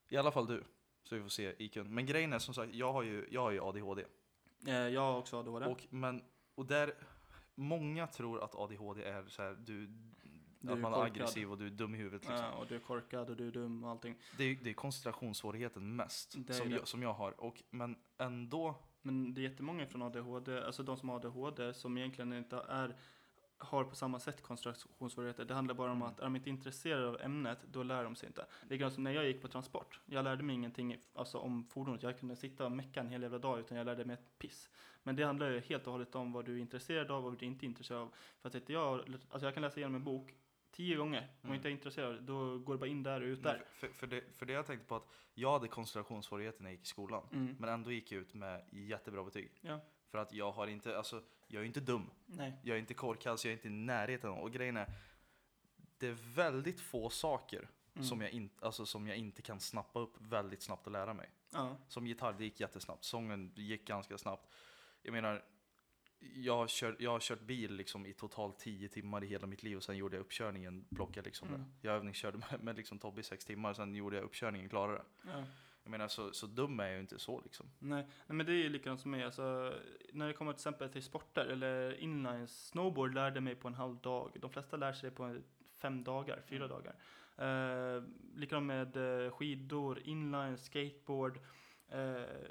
S2: I alla fall du. Så vi får se IQn. Men grejen är som sagt, jag har ju, jag har ju ADHD.
S1: Eh, jag har också ADHD.
S2: Och, men, och där, många tror att ADHD är så här,
S1: är
S2: du, att man är
S1: korkad.
S2: aggressiv och du är dum i huvudet. Liksom.
S1: Ja, Eh, och du är korkad och du är dum och allting.
S2: Det, är, det är koncentrationssvårigheten mest
S1: Det är
S2: som,
S1: det.
S2: Jag, som jag har. Och, men ändå,
S1: Men det är jättemånga från ADHD, alltså de som har ADHD som egentligen inte är, har på samma sätt koncentrationssvårigheter. Det handlar bara om
S2: Mm.
S1: att är de inte intresserade av ämnet, då lär de sig inte. Likadant som när jag gick på transport. Jag lärde mig ingenting alltså, om fordonet. Jag kunde sitta och mecka en hel jävla dag utan jag lärde mig ett piss. Men det handlar ju helt och hållet om vad du är intresserad av och vad du inte är intresserad av. För att sitter jag, alltså jag kan läsa igenom en bok tio gånger. Om
S2: Mm.
S1: jag inte är intresserad, då går det bara in där och ut där.
S2: För, för, det, för det jag tänkte på att jag hade koncentrationssvårigheter när jag gick i skolan.
S1: Mm.
S2: Men ändå gick jag ut med jättebra betyg.
S1: Ja.
S2: För att jag har inte, alltså jag är inte dum.
S1: Nej.
S2: Jag är inte korkad så jag är inte i närheten. av- Och grejen är, det är väldigt få saker
S1: Mm.
S2: som, jag in, alltså, som jag inte kan snappa upp väldigt snabbt och lära mig.
S1: Ja.
S2: Som gitarr, det gick jättesnabbt. Sången gick ganska snabbt. Jag menar, jag har kört, jag har kört bil liksom i totalt 10 timmar i hela mitt liv och sen gjorde jag uppkörningen, plockade liksom
S1: Mm.
S2: det. Jag övningskörde med, med liksom Tobbe i 6 timmar och sen gjorde jag uppkörningen klarare.
S1: ja.
S2: Jag menar, så, så dum är jag ju inte så
S1: [LAUGHS]
S2: liksom.
S1: Nej. Nej, men det är ju likadant som mig. Alltså, när det kommer till exempel till sporter eller inline snowboard lärde mig på en halv dag. De flesta lär sig på fem dagar, fyra
S2: Mm.
S1: dagar. Eh, likadant med eh, skidor, inline, skateboard. Eh,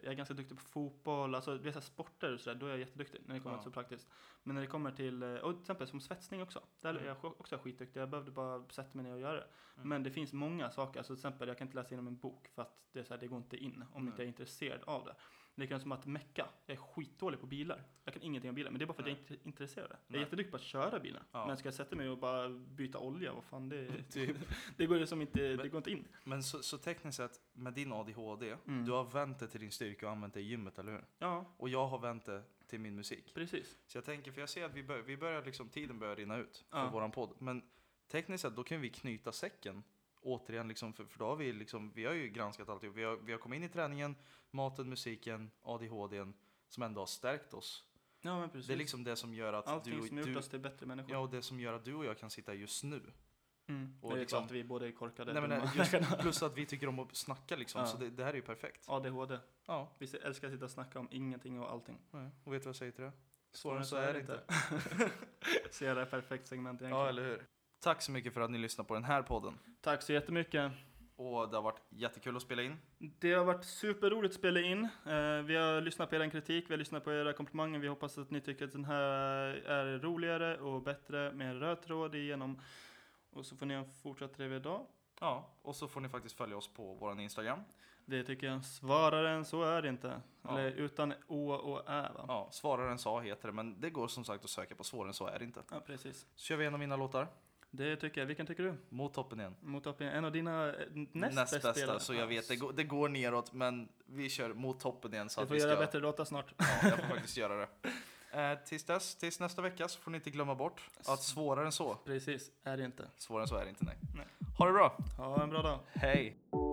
S1: jag är ganska duktig på fotboll, alltså det är så här sporter och sådär, då är jag jätteduktig när det kommer
S2: Ja.
S1: till så praktiskt. Men när det kommer till, eh, och till exempel som svetsning också, där är
S2: Mm.
S1: jag sj- också skitduktig, jag behövde bara sätta mig ner och göra det.
S2: Mm.
S1: Men det finns många saker, alltså till exempel jag kan inte läsa igenom en bok för att det, är så här, det går inte in om
S2: Nej.
S1: jag inte är intresserad av det. Likadant som att mecka, jag är skitdålig på bilar. Jag kan ingenting om bilar, men det är bara för att jag inte är intresserad. av det. Jag är
S2: Nej.
S1: jätteduktig på att köra bilar,
S2: Ja.
S1: men ska jag sätta mig och bara byta olja, vad fan det,
S2: [LAUGHS] Typ.
S1: det går ju som inte, det
S2: Men-
S1: går inte in.
S2: Men så, så tekniskt sett, med din ADHD,
S1: Mm.
S2: du har vänt det till din styrka och använt det i gymmet, eller hur?
S1: Ja,
S2: Och jag har vänt det till min musik.
S1: precis.
S2: Så jag tänker, för jag ser att vi, bör, vi börjar liksom, tiden börjar rinna ut för
S1: Ja.
S2: våran podd. Men tekniskt sett, då kan vi knyta säcken återigen, liksom, för, för då har vi, liksom, vi har ju granskat alltihop. Vi har, vi har kommit in i träningen, maten, musiken, ADHDn, som ändå har stärkt oss.
S1: Ja, men precis.
S2: Det är liksom det som gör att
S1: Allting
S2: du, och-
S1: som gjort
S2: du,
S1: oss till bättre människor.
S2: ja, och det som gör att du och jag kan sitta just nu.
S1: Mm.
S2: och
S1: det är
S2: liksom-
S1: klart att vi båda är korkade.
S2: Nej, men, [LAUGHS]
S1: dumma.
S2: nej,
S1: [LAUGHS]
S2: just, plus att vi tycker om att snacka liksom,
S1: Ja.
S2: så det, det här är ju perfekt.
S1: ADHD.
S2: Ja.
S1: Vi s- älskar att sitta och snacka om ingenting och allting.
S2: Nej. Och vet du vad jag säger till det? Svårare än så är det inte.
S1: [LAUGHS] så jävla perfekt segment egentligen.
S2: Ja, eller hur? Tack så mycket för att ni lyssnar på den här podden.
S1: Tack så jättemycket.
S2: Och det har varit jättekul att spela in.
S1: Det har varit superroligt att spela in. Eh, vi har lyssnat på er kritik, vi har lyssnat på era komplimanger. Vi hoppas att ni tycker att den här är roligare och bättre med en röd tråd igenom. Och så får ni ha en fortsatt trevlig dag.
S2: Ja, och så får ni faktiskt följa oss på vår Instagram.
S1: Det tycker jag. Svarare än så är det inte.
S2: Ja.
S1: Eller utan å och ä va?
S2: Ja, Svararen sa heter det, men det går som sagt att söka på Svårare än så är det inte.
S1: ja, precis.
S2: Så kör vi en av mina låtar.
S1: Det tycker jag. Vilken tycker du?
S2: Mot toppen igen.
S1: Mot Apien. En av dina eh, näst, bästa. spelare.
S2: så jag vet, det går, det går neråt, men vi kör mot toppen igen. Så
S1: Du
S2: att
S1: får
S2: vi
S1: göra
S2: ska,
S1: bättre låtar snart.
S2: Ja, [LAUGHS] jag får faktiskt göra det. Eh, tills dess, tills nästa vecka, så får ni inte glömma bort att svårare än så,
S1: Precis, är det inte.
S2: svårare än så är det inte, nej.
S1: Nej.
S2: Ha det bra!
S1: Ha en bra dag.
S2: Hej!